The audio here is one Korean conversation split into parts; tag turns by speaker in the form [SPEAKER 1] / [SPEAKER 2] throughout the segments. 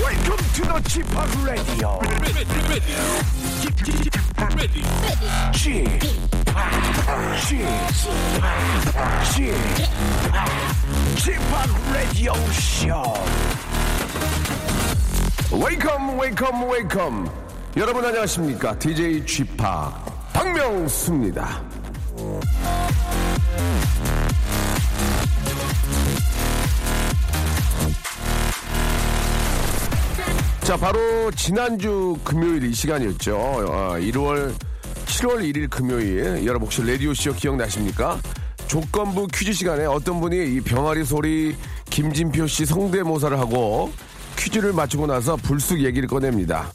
[SPEAKER 1] Welcome to the Chip Radio. Chip Chip Chip Radio Show. Welcome, welcome, welcome. 여러분 안녕하십니까? DJ Chip 박명수입니다. 자, 바로 지난주 금요일 이 시간이었죠. 아, 1월, 7월 1일 금요일. 여러분 혹시 라디오쇼 기억나십니까? 조건부 퀴즈 시간에 어떤 분이 이 병아리 소리 김진표 씨 성대모사를 하고 퀴즈를 맞추고 나서 불쑥 얘기를 꺼냅니다.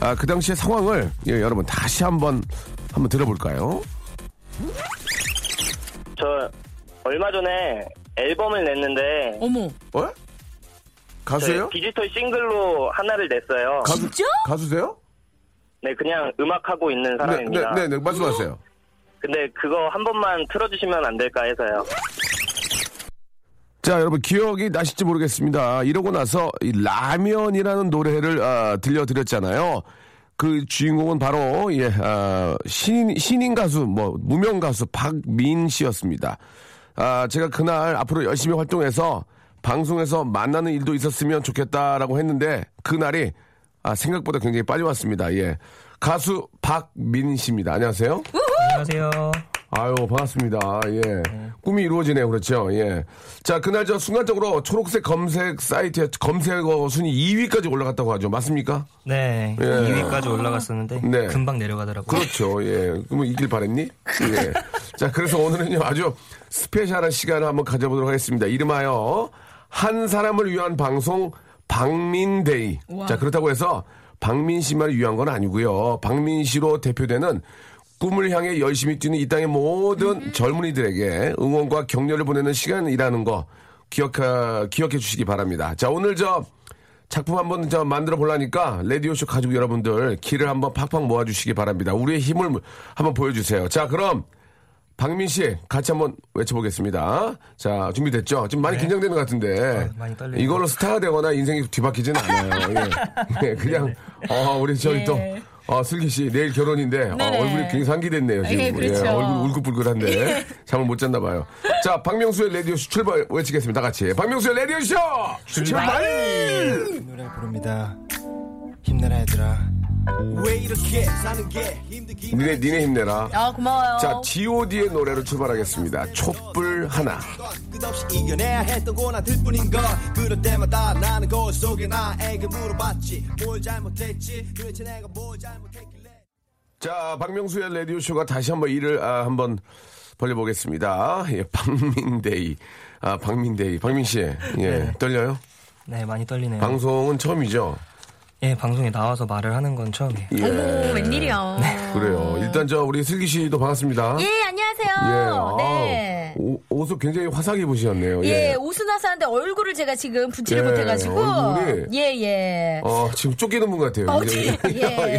[SPEAKER 1] 아, 그 당시의 상황을 예, 여러분 다시 한번 한번 들어볼까요?
[SPEAKER 2] 저 얼마 전에 앨범을 냈는데
[SPEAKER 3] 어머,
[SPEAKER 1] 어? 가수예요?
[SPEAKER 2] 저희 디지털 싱글로 하나를 냈어요.
[SPEAKER 1] 가수, 가수세요?
[SPEAKER 2] 네, 그냥 음악 하고 있는
[SPEAKER 1] 네, 네,
[SPEAKER 2] 사람입니다.
[SPEAKER 1] 네, 네, 말씀하세요.
[SPEAKER 2] 근데 그거 한 번만 틀어주시면 안 될까 해서요.
[SPEAKER 1] 자, 여러분 기억이 나실지 모르겠습니다. 이러고 나서 이 라면이라는 노래를 아, 들려드렸잖아요. 그 주인공은 바로 예, 아, 신인, 신인 가수 뭐 무명 가수 박민 씨였습니다. 아, 제가 그날 앞으로 열심히 활동해서 방송에서 만나는 일도 있었으면 좋겠다라고 했는데 그날이 아, 생각보다 굉장히 빨리 왔습니다. 예. 가수 박민 씨입니다. 안녕하세요.
[SPEAKER 4] 안녕하세요.
[SPEAKER 1] 아유 반갑습니다. 예, 꿈이 이루어지네요. 그렇죠. 예, 자 그날 저 순간적으로 초록색 검색 사이트에 검색어 순위 2위까지 올라갔다고 하죠. 맞습니까?
[SPEAKER 4] 네, 2위까지 올라갔었는데
[SPEAKER 1] 예. 네.
[SPEAKER 4] 금방 내려가더라고요.
[SPEAKER 1] 그렇죠. 예, 그럼 이길 바랬니? 예. 자 그래서 오늘은요 아주 스페셜한 시간을 한번 가져보도록 하겠습니다. 이름하여 한 사람을 위한 방송 박민데이. 자 그렇다고 해서 박민 씨만 위한 건 아니고요. 박민 씨로 대표되는 꿈을 향해 열심히 뛰는 이 땅의 모든 젊은이들에게 응원과 격려를 보내는 시간이라는 거 기억하, 기억해 주시기 바랍니다. 자, 오늘 저 작품 한번 저 만들어 보려니까 라디오쇼 가족 여러분들 길을 한번 팍팍 모아주시기 바랍니다. 우리의 힘을 한번 보여주세요. 자, 그럼 박민 씨 같이 한번 외쳐보겠습니다. 자, 준비됐죠? 지금 많이 긴장되는 것 같은데.
[SPEAKER 4] 아, 많이 떨려요.
[SPEAKER 1] 이걸로 스타가 되거나 인생이 뒤바뀌진 않아요. 예. 예, 그냥, 어, 우리 저희 또, 어, 슬기 씨, 내일 결혼인데, 어,
[SPEAKER 3] 네네.
[SPEAKER 1] 얼굴이 굉장히 상기됐네요, 지금.
[SPEAKER 3] 예, 그렇죠.
[SPEAKER 1] 얼굴 울긋불긋한데, 잠을 못 잤나 봐요. 자, 박명수의 라디오쇼 출발 외치겠습니다. 다 같이. 박명수의 라디오쇼 출발!
[SPEAKER 5] 노래 부릅니다. 힘내라 얘들아.
[SPEAKER 1] 니네, 니네 힘내라.
[SPEAKER 3] 아 고마워요.
[SPEAKER 1] 자, G.O.D의 노래로 출발하겠습니다. 촛불 하나.
[SPEAKER 6] 끝없이 이겨내야 했던 고난들 뿐인 걸 그럴 때마다 나는 거울 속에 나에게 물어봤지 뭘 잘못했지 도대체 내가 뭘 잘못했길래
[SPEAKER 1] 자, 박명수의 라디오쇼가 다시 한번 일을, 아, 한번 벌려보겠습니다. 예, 박민데이. 아, 박민데이. 박민 씨. 예, 떨려요?
[SPEAKER 4] 네, 많이 떨리네요.
[SPEAKER 1] 방송은 처음이죠?
[SPEAKER 4] 예, 방송에 나와서 말을 하는 건 처음이에요.
[SPEAKER 1] 예.
[SPEAKER 3] 어머, 웬일이야.
[SPEAKER 1] 네. 그래요. 일단 저 우리 슬기 씨도 반갑습니다.
[SPEAKER 3] 아. 예, 안녕하세요.
[SPEAKER 1] 아,
[SPEAKER 3] 네.
[SPEAKER 1] 오, 옷을 굉장히 화사하게 입으셨네요. 예.
[SPEAKER 3] 예, 옷은 화사한데 얼굴을 제가 지금 분칠을
[SPEAKER 1] 예,
[SPEAKER 3] 못해가지고.
[SPEAKER 1] 얼굴이.
[SPEAKER 3] 예, 예.
[SPEAKER 1] 어, 지금 쫓기는 분 같아요.
[SPEAKER 3] 어,
[SPEAKER 1] 굉장히.
[SPEAKER 3] 예.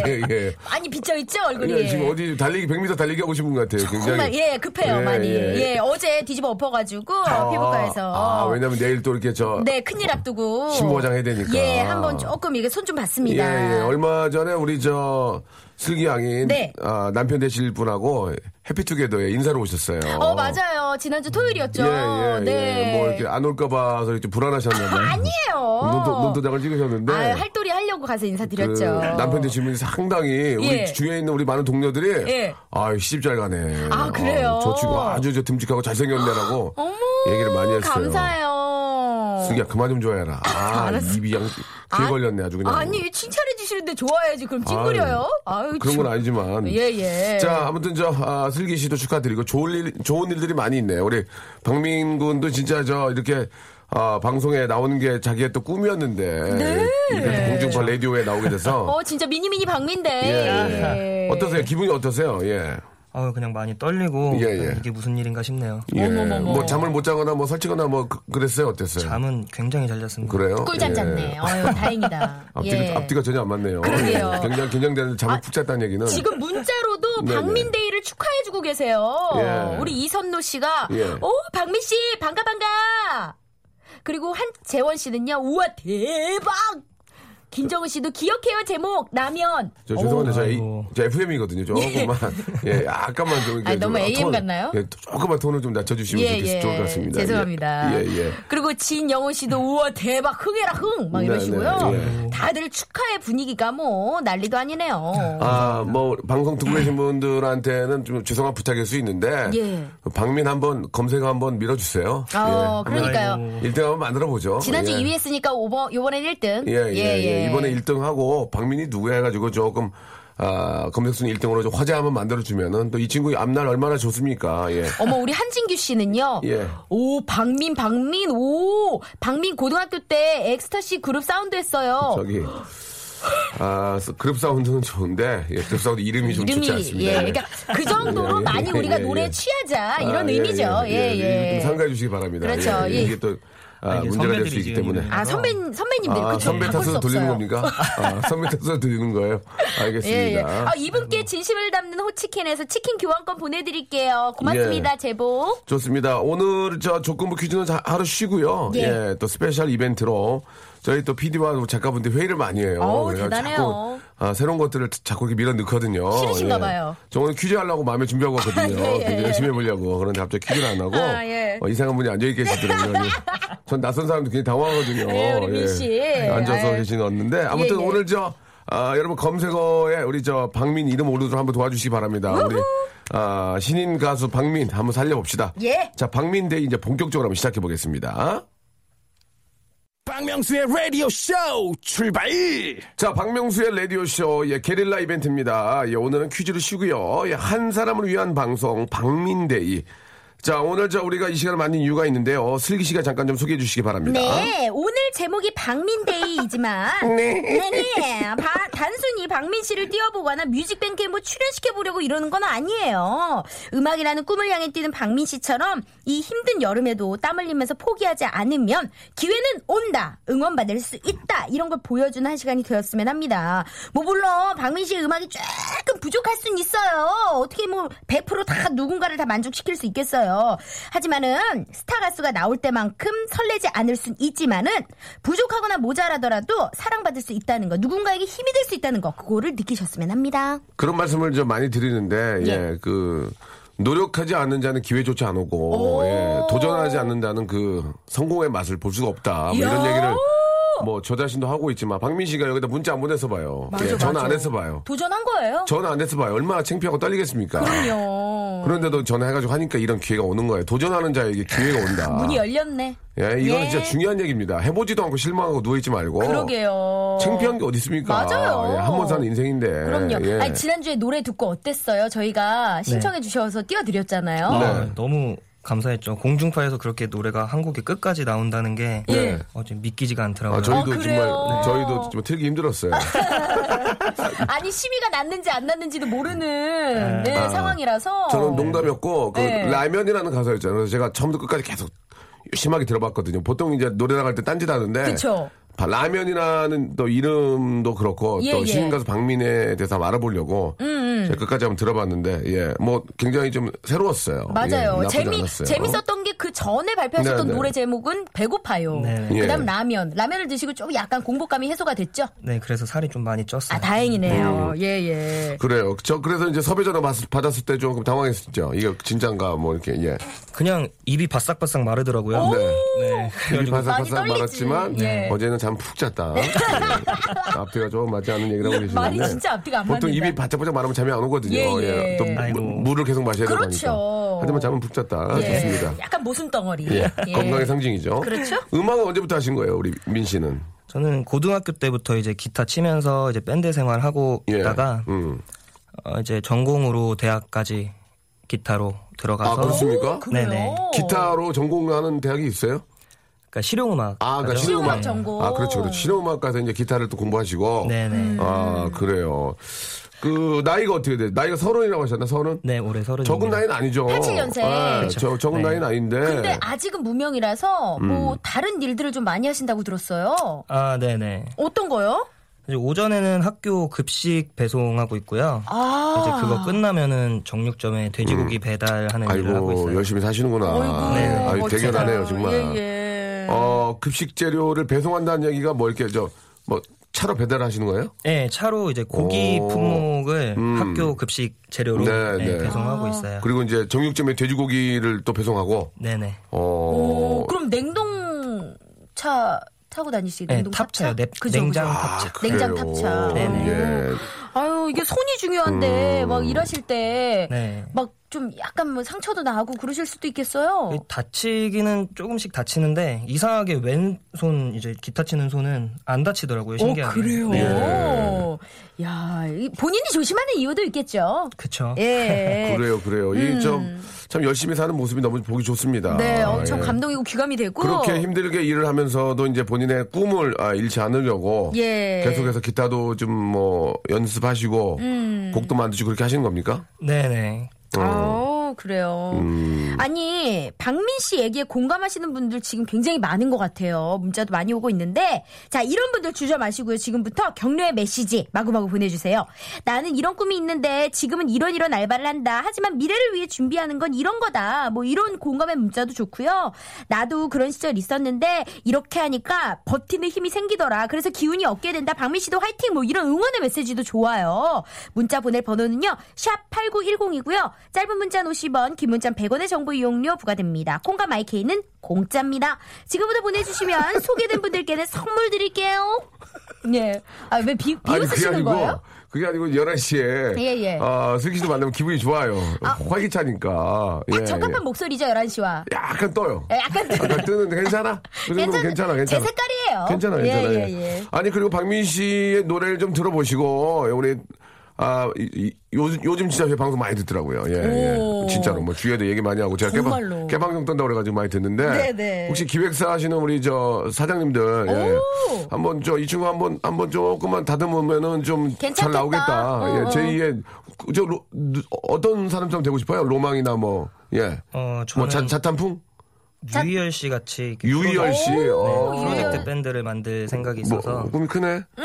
[SPEAKER 1] 예, 예.
[SPEAKER 3] 많이 비쳐있죠, 얼굴이.
[SPEAKER 1] 아니, 지금 어디 달리기 100m 달리기 하고 싶은 분 같아요. 굉장히.
[SPEAKER 3] 정말, 예, 급해요,
[SPEAKER 1] 예,
[SPEAKER 3] 많이.
[SPEAKER 1] 예.
[SPEAKER 3] 예. 어제 뒤집어 엎어가지고,
[SPEAKER 1] 아,
[SPEAKER 3] 피부과에서.
[SPEAKER 1] 아, 왜냐면 내일 또 이렇게 저
[SPEAKER 3] 네, 큰일 앞두고.
[SPEAKER 1] 신부화장 해야 되니까.
[SPEAKER 3] 예, 한번 조금 이게 손 좀
[SPEAKER 1] 예,
[SPEAKER 3] 봤습니다.
[SPEAKER 1] 예. 얼마 전에 우리 저 슬기 양이
[SPEAKER 3] 네.
[SPEAKER 1] 아, 남편 되실 분하고 해피투게더에 인사를 오셨어요.
[SPEAKER 3] 어, 맞아요. 지난주 토요일이었죠.
[SPEAKER 1] 예, 예, 예.
[SPEAKER 3] 네.
[SPEAKER 1] 뭐 이렇게 안 올까 봐서 이렇게 불안하셨나 봐요.
[SPEAKER 3] 아니에요.
[SPEAKER 1] 눈도, 눈도장을 찍으셨는데.
[SPEAKER 3] 아유, 할도리 하려고 가서 인사드렸죠.
[SPEAKER 1] 그 남편 되신 분이 상당히 우리
[SPEAKER 3] 예.
[SPEAKER 1] 주위에 있는 우리 많은 동료들이
[SPEAKER 3] 예.
[SPEAKER 1] 아유 시집 잘 가네.
[SPEAKER 3] 아, 그래요?
[SPEAKER 1] 저 친구 아주 저 듬직하고 잘생겼네라고
[SPEAKER 3] 어머.
[SPEAKER 1] 얘기를 많이 했어요.
[SPEAKER 3] 감사해요.
[SPEAKER 1] 승기야 그만 좀 좋아해라. 아
[SPEAKER 3] 알았어.
[SPEAKER 1] 입이 양 귀에
[SPEAKER 3] 아,
[SPEAKER 1] 걸렸네 아주 그냥.
[SPEAKER 3] 아니, 칭찬해 싫은데 좋아해야지 그럼 찡그려요? 아유,
[SPEAKER 1] 그런 건 아니지만.
[SPEAKER 3] 예, 예.
[SPEAKER 1] 자, 아무튼 저 아, 슬기 씨도 축하드리고 좋은 일 좋은 일들이 많이 있네요. 우리 박민 군도 진짜 저 이렇게 아, 방송에 나오는 게 자기의 또 꿈이었는데 이렇게 공중파 라디오에 나오게 돼서
[SPEAKER 3] 네. 어, 진짜 미니미니 박민데.
[SPEAKER 1] 예. 어떠세요? 기분이 어떠세요? 예.
[SPEAKER 4] 아 그냥 많이 떨리고
[SPEAKER 1] 예, 예.
[SPEAKER 4] 이게 무슨 일인가 싶네요.
[SPEAKER 1] 예. 뭐 잠을 못 자거나 뭐 설치거나 뭐 그- 그랬어요? 어땠어요?
[SPEAKER 4] 잠은 굉장히 잘 잤습니다.
[SPEAKER 1] 그래요?
[SPEAKER 3] 꿀잠
[SPEAKER 1] 예.
[SPEAKER 3] 잤네. 어유 다행이다.
[SPEAKER 1] 앞뒤가,
[SPEAKER 3] 예.
[SPEAKER 1] 앞뒤가 전혀 안 맞네요.
[SPEAKER 3] 그러게요.
[SPEAKER 1] 예. 굉장히 긴장되는 잠을
[SPEAKER 3] 아,
[SPEAKER 1] 푹 잤다는 얘기는.
[SPEAKER 3] 지금 문자로도
[SPEAKER 1] 네네.
[SPEAKER 3] 박민데이를 축하해주고 계세요.
[SPEAKER 1] 예.
[SPEAKER 3] 우리 이선노 씨가
[SPEAKER 1] 예.
[SPEAKER 3] 오 박민 씨 반가 반가. 그리고 한재원 씨는요. 우와 대박. 김정은 씨도 기억해요 제목 라면.
[SPEAKER 1] 저 죄송한데 저,
[SPEAKER 4] 아이고.
[SPEAKER 1] 저 FM이거든요. 조금만 예, 약간만 좀 이렇게
[SPEAKER 3] 네. 아니, 너무
[SPEAKER 1] 좀
[SPEAKER 3] AM
[SPEAKER 1] 톤,
[SPEAKER 3] 같나요?
[SPEAKER 1] 예, 조금만 톤을 좀 낮춰주시면
[SPEAKER 3] 예,
[SPEAKER 1] 좋겠,
[SPEAKER 3] 예.
[SPEAKER 1] 좋을 것 같습니다. 예.
[SPEAKER 3] 죄송합니다.
[SPEAKER 1] 예, 예.
[SPEAKER 3] 그리고 진영훈 씨도 우와 대박 흥해라 흥 막
[SPEAKER 1] 네,
[SPEAKER 3] 이러시고요.
[SPEAKER 1] 네,
[SPEAKER 3] 다들 축하의 분위기가 뭐 난리도 아니네요.
[SPEAKER 1] 아, 뭐 방송 듣고 계신 분들한테는 좀 죄송한 부탁일 수 있는데
[SPEAKER 3] 예.
[SPEAKER 1] 박민 한번 검색 한번 밀어주세요.
[SPEAKER 3] 어,
[SPEAKER 1] 예.
[SPEAKER 3] 그러니까요.
[SPEAKER 4] 아이고.
[SPEAKER 1] 1등 한번 만들어 보죠.
[SPEAKER 3] 지난주 2위 했으니까 오번 요번엔 1등.
[SPEAKER 1] 예, 예, 예. 이번에 1등 하고 박민이 누구야 해가지고 조금 아, 검색순위 1등으로 좀 화제 한번 만들어 주면은 또 이 친구 앞날 얼마나 좋습니까? 예.
[SPEAKER 3] 어머 우리 한진규 씨는요.
[SPEAKER 1] 예.
[SPEAKER 3] 오 박민 박민 오 박민 고등학교 때 엑스터시 그룹 사운드 했어요.
[SPEAKER 1] 저기 아 서- 그룹 사운드는 좋은데 예, 그룹 사운드 이름이 좀 좋지 않습니다.
[SPEAKER 3] 예,
[SPEAKER 1] 예.
[SPEAKER 3] 그러니까 그 정도로
[SPEAKER 1] 예, 예,
[SPEAKER 3] 많이
[SPEAKER 1] 예,
[SPEAKER 3] 우리가
[SPEAKER 1] 예,
[SPEAKER 3] 노래에
[SPEAKER 1] 예.
[SPEAKER 3] 취하자
[SPEAKER 1] 아,
[SPEAKER 3] 이런 의미죠. 예, 예.
[SPEAKER 1] 좀 상가해 주시기 바랍니다.
[SPEAKER 3] 그렇죠, 예.
[SPEAKER 1] 이게 또 아,
[SPEAKER 4] 이게
[SPEAKER 1] 문제가 될 수
[SPEAKER 4] 선배들이지,
[SPEAKER 1] 있기 때문에.
[SPEAKER 4] 이거는.
[SPEAKER 3] 아 선배 선배님들
[SPEAKER 1] 아,
[SPEAKER 3] 그쵸?
[SPEAKER 1] 선배
[SPEAKER 3] 바꿀 수
[SPEAKER 1] 탓으로 돌리는
[SPEAKER 3] 없어요.
[SPEAKER 1] 겁니까? 아, 선배 탓으로 돌리는 거예요. 알겠습니다.
[SPEAKER 3] 예, 예. 아, 이분께 진심을 담는 호치킨에서 치킨 교환권 보내드릴게요. 고맙습니다,
[SPEAKER 1] 예.
[SPEAKER 3] 제복.
[SPEAKER 1] 좋습니다. 오늘 저 조건부 퀴즈는 자- 하루 쉬고요.
[SPEAKER 3] 예.
[SPEAKER 1] 예. 또 스페셜 이벤트로 저희 또 PD와 작가분들 회의를 많이 해요.
[SPEAKER 3] 어우,
[SPEAKER 1] 그래가지고
[SPEAKER 3] 대단해요.
[SPEAKER 1] 자꾸, 아, 새로운 것들을 자꾸 이렇게 밀어 넣거든요. 예.
[SPEAKER 3] 싫으신가 봐요.
[SPEAKER 1] 저 오늘 퀴즈 하려고 마음에 준비하고 왔거든요.
[SPEAKER 3] 예, 예.
[SPEAKER 1] 굉장히 열심히 해보려고. 그런데 갑자기 퀴즈를 안 하고
[SPEAKER 3] 아, 예.
[SPEAKER 1] 어, 이상한 분이 앉아 계시더라고요. 전 낯선 사람도 굉장히 당황하거든요.
[SPEAKER 3] 예, 우리 민 씨.
[SPEAKER 1] 앉아서
[SPEAKER 3] 아유.
[SPEAKER 1] 계시는데 아무튼
[SPEAKER 3] 예, 예.
[SPEAKER 1] 오늘 저 아, 여러분 검색어에 우리 저 박민 이름 오르도록 한번 도와주시기 바랍니다. 우리 아, 신인 가수 박민 한번 살려봅시다.
[SPEAKER 3] 예.
[SPEAKER 1] 자, 박민 데이 이제 본격적으로 한번 시작해 보겠습니다.
[SPEAKER 6] 박명수의 라디오 쇼 출발
[SPEAKER 1] 자, 박명수의 라디오쇼, 예, 게릴라 이벤트입니다. 예, 오늘은 퀴즈를 쉬고요. 예, 한 사람을 위한 방송, 박민데이. 자, 오늘 저 우리가 이 시간을 만든 이유가 있는데요. 슬기 씨가 잠깐 좀 소개해 주시기 바랍니다.
[SPEAKER 3] 네, 오늘 제목이 박민데이이지만, 네, 네, 바- 단순히 박민 씨를 띄워보거나 뮤직뱅크에 뭐 출연시켜보려고 이러는 건 아니에요. 음악이라는 꿈을 향해 뛰는 박민 씨처럼 이 힘든 여름에도 땀 흘리면서 포기하지 않으면 기회는 온다, 응원받을 수 있다, 이런 걸 보여주는 한 시간이 되었으면 합니다. 뭐, 물론, 박민 씨의 음악이 조금 부족할 순 있어요. 어떻게 뭐, 100%다 누군가를 다 만족시킬 수 있겠어요. 하지만은, 스타 가수가 나올 때만큼 설레지 않을 순 있지만은, 부족하거나 모자라더라도 사랑받을 수 있다는 거, 누군가에게 힘이 될 수 있다는 거, 그거를 느끼셨으면 합니다.
[SPEAKER 1] 그런 말씀을 좀 많이 드리는데,
[SPEAKER 3] 네.
[SPEAKER 1] 예, 그, 노력하지 않는 자는 기회조차 안 오고, 예, 도전하지 않는다는 그 성공의 맛을 볼 수가 없다. 뭐 이런 얘기를 뭐 저 자신도 하고 있지만, 박민 씨가 여기다 문자 안 보내서 봐요. 예, 전화 안 해서 봐요.
[SPEAKER 3] 도전한 거예요?
[SPEAKER 1] 전화 안 해서 봐요. 얼마나 창피하고 떨리겠습니까?
[SPEAKER 3] 요
[SPEAKER 1] 그런데도 전화해가지고 하니까 이런 기회가 오는 거예요. 도전하는 자에게 기회가 온다.
[SPEAKER 3] 문이 열렸네.
[SPEAKER 1] 아. 예, 이건
[SPEAKER 3] 예.
[SPEAKER 1] 진짜 중요한 얘기입니다. 해보지도 않고 실망하고 누워있지 말고.
[SPEAKER 3] 그러게요.
[SPEAKER 1] 창피한 게 어디 있습니까?
[SPEAKER 3] 맞아요.
[SPEAKER 1] 예, 한번 사는 인생인데.
[SPEAKER 3] 그럼요.
[SPEAKER 1] 예.
[SPEAKER 3] 아니, 지난주에 노래 듣고 어땠어요?
[SPEAKER 4] 네.
[SPEAKER 3] 저희가 신청해 주셔서 띄워드렸잖아요.
[SPEAKER 1] 네.
[SPEAKER 4] 아, 너무 감사했죠. 공중파에서 그렇게 노래가 한 곡이 끝까지 나온다는 게
[SPEAKER 1] 예.
[SPEAKER 4] 어, 좀 믿기지가 않더라고요.
[SPEAKER 1] 아, 저희도
[SPEAKER 3] 어,
[SPEAKER 1] 정말
[SPEAKER 3] 그래요? 네.
[SPEAKER 1] 저희도 좀 틀기 힘들었어요.
[SPEAKER 3] 아니, 심의가 났는지 안 났는지도 모르는 네, 상황이라서.
[SPEAKER 1] 아, 저는 농담이었고 그
[SPEAKER 3] 어. 네.
[SPEAKER 1] 라면이라는 가사였잖아요. 그래서 제가 처음부터 끝까지 계속 심하게 들어봤거든요. 보통 이제 노래 나갈 때 딴짓 하는데
[SPEAKER 3] 그쵸.
[SPEAKER 1] 바- 라면이라는 또 이름도 그렇고
[SPEAKER 3] 예,
[SPEAKER 1] 또
[SPEAKER 3] 예. 음,
[SPEAKER 1] 신인 가수 박민혜 대사 알아보려고 제가 끝까지 한번 들어봤는데 예 뭐 굉장히 좀 새로웠어요.
[SPEAKER 3] 맞아요.
[SPEAKER 1] 예, 나쁘지
[SPEAKER 3] 재미,
[SPEAKER 1] 않았어요.
[SPEAKER 3] 재밌었던 게 그 전에 발표하셨던
[SPEAKER 1] 네, 네.
[SPEAKER 3] 노래 제목은 배고파요.
[SPEAKER 4] 네.
[SPEAKER 3] 그 다음
[SPEAKER 1] 예.
[SPEAKER 3] 라면. 라면을 드시고 좀 약간 공복감이 해소가 됐죠?
[SPEAKER 4] 네, 그래서 살이 좀 많이 쪘어요.
[SPEAKER 3] 아, 다행이네요. 예, 예.
[SPEAKER 1] 그래요. 저 그래서 이제 섭외 전화 받- 받았을 때 조금 당황했었죠. 이거 진짠가 뭐 이렇게 예.
[SPEAKER 4] 그냥 입이 바싹바싹 마르더라고요.
[SPEAKER 1] 네.
[SPEAKER 4] 네.
[SPEAKER 1] 입이 바삭바삭
[SPEAKER 3] 많이 떨리지.
[SPEAKER 1] 말았지만
[SPEAKER 3] 예.
[SPEAKER 1] 어제는 잠 푹 잤다. 예. 앞뒤가 조금 맞지 않은 얘기라고 계시는데
[SPEAKER 3] 말이 네. 진짜 앞뒤가 안
[SPEAKER 1] 보통
[SPEAKER 3] 맞는다.
[SPEAKER 1] 입이 바짝바짝 말하면 잠이 안 오거든요.
[SPEAKER 3] 예, 예.
[SPEAKER 1] 또 물-
[SPEAKER 4] 아이고.
[SPEAKER 1] 물을 계속 마셔야 되고
[SPEAKER 3] 그렇죠.
[SPEAKER 1] 하니까. 하지만 잠은 푹 잤다.
[SPEAKER 3] 예.
[SPEAKER 1] 좋습니다.
[SPEAKER 3] 약간 모순덩어리.
[SPEAKER 1] 예.
[SPEAKER 3] 예.
[SPEAKER 1] 건강의 상징이죠.
[SPEAKER 3] 그렇죠.
[SPEAKER 1] 음악은 언제부터 하신 거예요, 우리 민 씨는?
[SPEAKER 4] 저는 고등학교 때부터 이제 기타 치면서 이제 밴드 생활하고
[SPEAKER 1] 예.
[SPEAKER 4] 있다가
[SPEAKER 1] 음.
[SPEAKER 4] 어, 이제 전공으로 대학까지 기타로 들어가서
[SPEAKER 1] 아, 그렇습니까?
[SPEAKER 4] 네네.
[SPEAKER 3] 어.
[SPEAKER 1] 기타로 전공하는 대학이 있어요?
[SPEAKER 4] 그러니까 실용음악.
[SPEAKER 1] 아, 그러니까
[SPEAKER 4] 하죠? 네.
[SPEAKER 1] 실용음악.
[SPEAKER 3] 실용음악 그렇죠. 전공.
[SPEAKER 1] 아, 그렇죠. 그렇죠. 실용음악 가서 이제 기타를 또 공부하시고.
[SPEAKER 4] 네네.
[SPEAKER 1] 아, 그래요. 그, 나이가 어떻게 돼요? 나이가 서른이라고 하셨나? 서른?
[SPEAKER 4] 네, 올해 서른.
[SPEAKER 1] 적은 나이는 아니죠.
[SPEAKER 3] 87년생.
[SPEAKER 1] 예, 저, 적은
[SPEAKER 4] 네.
[SPEAKER 1] 나이는 아닌데.
[SPEAKER 3] 근데 아직은 무명이라서
[SPEAKER 1] 음.
[SPEAKER 3] 뭐 다른 일들을 좀 많이 하신다고 들었어요.
[SPEAKER 4] 아, 네네.
[SPEAKER 3] 어떤 거요?
[SPEAKER 4] 이제 오전에는 학교 급식 배송하고 있고요. 이제 그거 끝나면은 정육점에 돼지고기 배달하는 일을 하고
[SPEAKER 1] 아이고,
[SPEAKER 4] 있어요.
[SPEAKER 1] 열심히 사시는구나.
[SPEAKER 3] 어이구,
[SPEAKER 1] 예, 아유,
[SPEAKER 3] 멋지다.
[SPEAKER 1] 대견하네요, 정말.
[SPEAKER 3] 예, 예.
[SPEAKER 1] 어, 급식 재료를 배송한다는 얘기가 뭐 이렇게 저, 뭐, 차로 배달하시는 거예요?
[SPEAKER 4] 네, 차로 이제 고기
[SPEAKER 1] 오.
[SPEAKER 4] 품목을
[SPEAKER 1] 음.
[SPEAKER 4] 학교 급식 재료로
[SPEAKER 1] 네,
[SPEAKER 4] 네,
[SPEAKER 1] 네.
[SPEAKER 4] 배송하고
[SPEAKER 3] 아.
[SPEAKER 4] 있어요.
[SPEAKER 1] 그리고 이제 정육점에 돼지고기를 또 배송하고,
[SPEAKER 4] 네네.
[SPEAKER 1] 어,
[SPEAKER 3] 오, 그럼 냉동차 타고 다니시게
[SPEAKER 4] 네,
[SPEAKER 3] 냉동
[SPEAKER 4] 탑차요.
[SPEAKER 3] 탑차?
[SPEAKER 4] 넵-
[SPEAKER 3] 그죠, 그죠.
[SPEAKER 4] 냉장
[SPEAKER 1] 아,
[SPEAKER 4] 탑차.
[SPEAKER 1] 그래요.
[SPEAKER 3] 냉장 탑차.
[SPEAKER 4] 네네.
[SPEAKER 1] 예. 음.
[SPEAKER 3] 아유 이게 손이 중요한데 막 일하실
[SPEAKER 4] 네.
[SPEAKER 3] 때 막 좀 약간 뭐 상처도 나고 그러실 수도 있겠어요.
[SPEAKER 4] 다치기는 조금씩 다치는데 이상하게 왼손 이제 기타 치는 손은 안
[SPEAKER 3] 어,
[SPEAKER 4] 다치더라고요. 신기하게. 네.
[SPEAKER 3] 그래요.
[SPEAKER 1] 예.
[SPEAKER 3] 야, 이 본인이 조심하는 이유도 있겠죠.
[SPEAKER 4] 그쵸.
[SPEAKER 3] 예.
[SPEAKER 1] 그래요, 그래요. 이 좀, 참 열심히 사는 모습이 너무 보기 좋습니다.
[SPEAKER 3] 네, 어, 참
[SPEAKER 1] 예.
[SPEAKER 3] 감동이고 귀감이 되고.
[SPEAKER 1] 그렇게 힘들게 일을 하면서도 이제 본인의 꿈을 아, 잃지 않으려고
[SPEAKER 3] 예.
[SPEAKER 1] 계속해서 기타도 좀 뭐 연습하시고
[SPEAKER 3] 음.
[SPEAKER 1] 곡도 만드시고 그렇게 하시는 겁니까?
[SPEAKER 4] 네네.
[SPEAKER 3] 아, 그래요. 아니, 박민 씨 얘기에 공감하시는 분들 지금 굉장히 많은 것 같아요. 문자도 많이 오고 있는데. 자, 이런 분들 주저 마시고요. 지금부터 격려의 메시지 마구마구 보내주세요. 나는 이런 꿈이 있는데 지금은 이런 이런 알바를 한다. 하지만 미래를 위해 준비하는 건 이런 거다. 뭐 이런 공감의 문자도 좋고요. 나도 그런 시절 있었는데 이렇게 하니까 버티는 힘이 생기더라. 그래서 기운이 얻게 된다. 박민 씨도 화이팅! 뭐 이런 응원의 메시지도 좋아요. 문자 보낼 번호는요. 샵 8910이고요. 짧은 문자는 50원, 긴 문자는 100원의 정보 이용료 부과됩니다. 콩과 마이케이는 공짜입니다. 지금부터 보내주시면 소개된 분들께는 선물 드릴게요. 예. 아, 왜 비, 비웃으시는 거예요?
[SPEAKER 1] 그게 아니고 11시에
[SPEAKER 3] 예, 예.
[SPEAKER 1] 아, 슬기 씨도 만나면 기분이 좋아요. 활기차니까.
[SPEAKER 3] 딱
[SPEAKER 1] 예,
[SPEAKER 3] 아, 적합한
[SPEAKER 1] 예.
[SPEAKER 3] 목소리죠, 11시와.
[SPEAKER 1] 약간 떠요.
[SPEAKER 3] 예, 약간 또-
[SPEAKER 1] 약간 뜨는데 괜찮아? 그 정도면
[SPEAKER 3] 괜찮-
[SPEAKER 1] 괜찮아,
[SPEAKER 3] 제
[SPEAKER 1] 괜찮아.
[SPEAKER 3] 색깔이에요.
[SPEAKER 1] 괜찮아,
[SPEAKER 3] 예,
[SPEAKER 1] 괜찮아.
[SPEAKER 3] 예, 예.
[SPEAKER 1] 아니, 그리고 박민 씨의 노래를 좀 들어보시고, 우리, 아, 이- 이- 요즘, 요즘 진짜 제 방송 많이 듣더라고요. 예, 예.
[SPEAKER 3] 오.
[SPEAKER 1] 진짜로. 뭐, 주위에도 얘기 많이 하고, 제가
[SPEAKER 3] 정말로.
[SPEAKER 1] 개방, 개방송 떤다고 그래가지고 많이 듣는데,
[SPEAKER 3] 네, 네.
[SPEAKER 1] 혹시 기획사 하시는 우리 저 사장님들, 예. 한번 저, 이 친구 한 번, 한번 조금만 다듬으면은 좀 잘
[SPEAKER 3] 괜찮겠다.
[SPEAKER 1] 나오겠다.
[SPEAKER 3] 어,
[SPEAKER 1] 예,
[SPEAKER 3] 어.
[SPEAKER 1] 제2의, 저, 로- 어떤 사람처럼 되고 싶어요? 로망이나 뭐, 예.
[SPEAKER 4] 어, 저는
[SPEAKER 1] 뭐, 자, 자탄풍?
[SPEAKER 4] 유희열 씨 같이 이렇게
[SPEAKER 1] 유희열 씨. 어.
[SPEAKER 4] 프로- 네,
[SPEAKER 3] 예.
[SPEAKER 4] 프로젝트 밴드를 만들 생각이
[SPEAKER 1] 뭐,
[SPEAKER 4] 있어서
[SPEAKER 1] 꿈이 크네.
[SPEAKER 3] 음,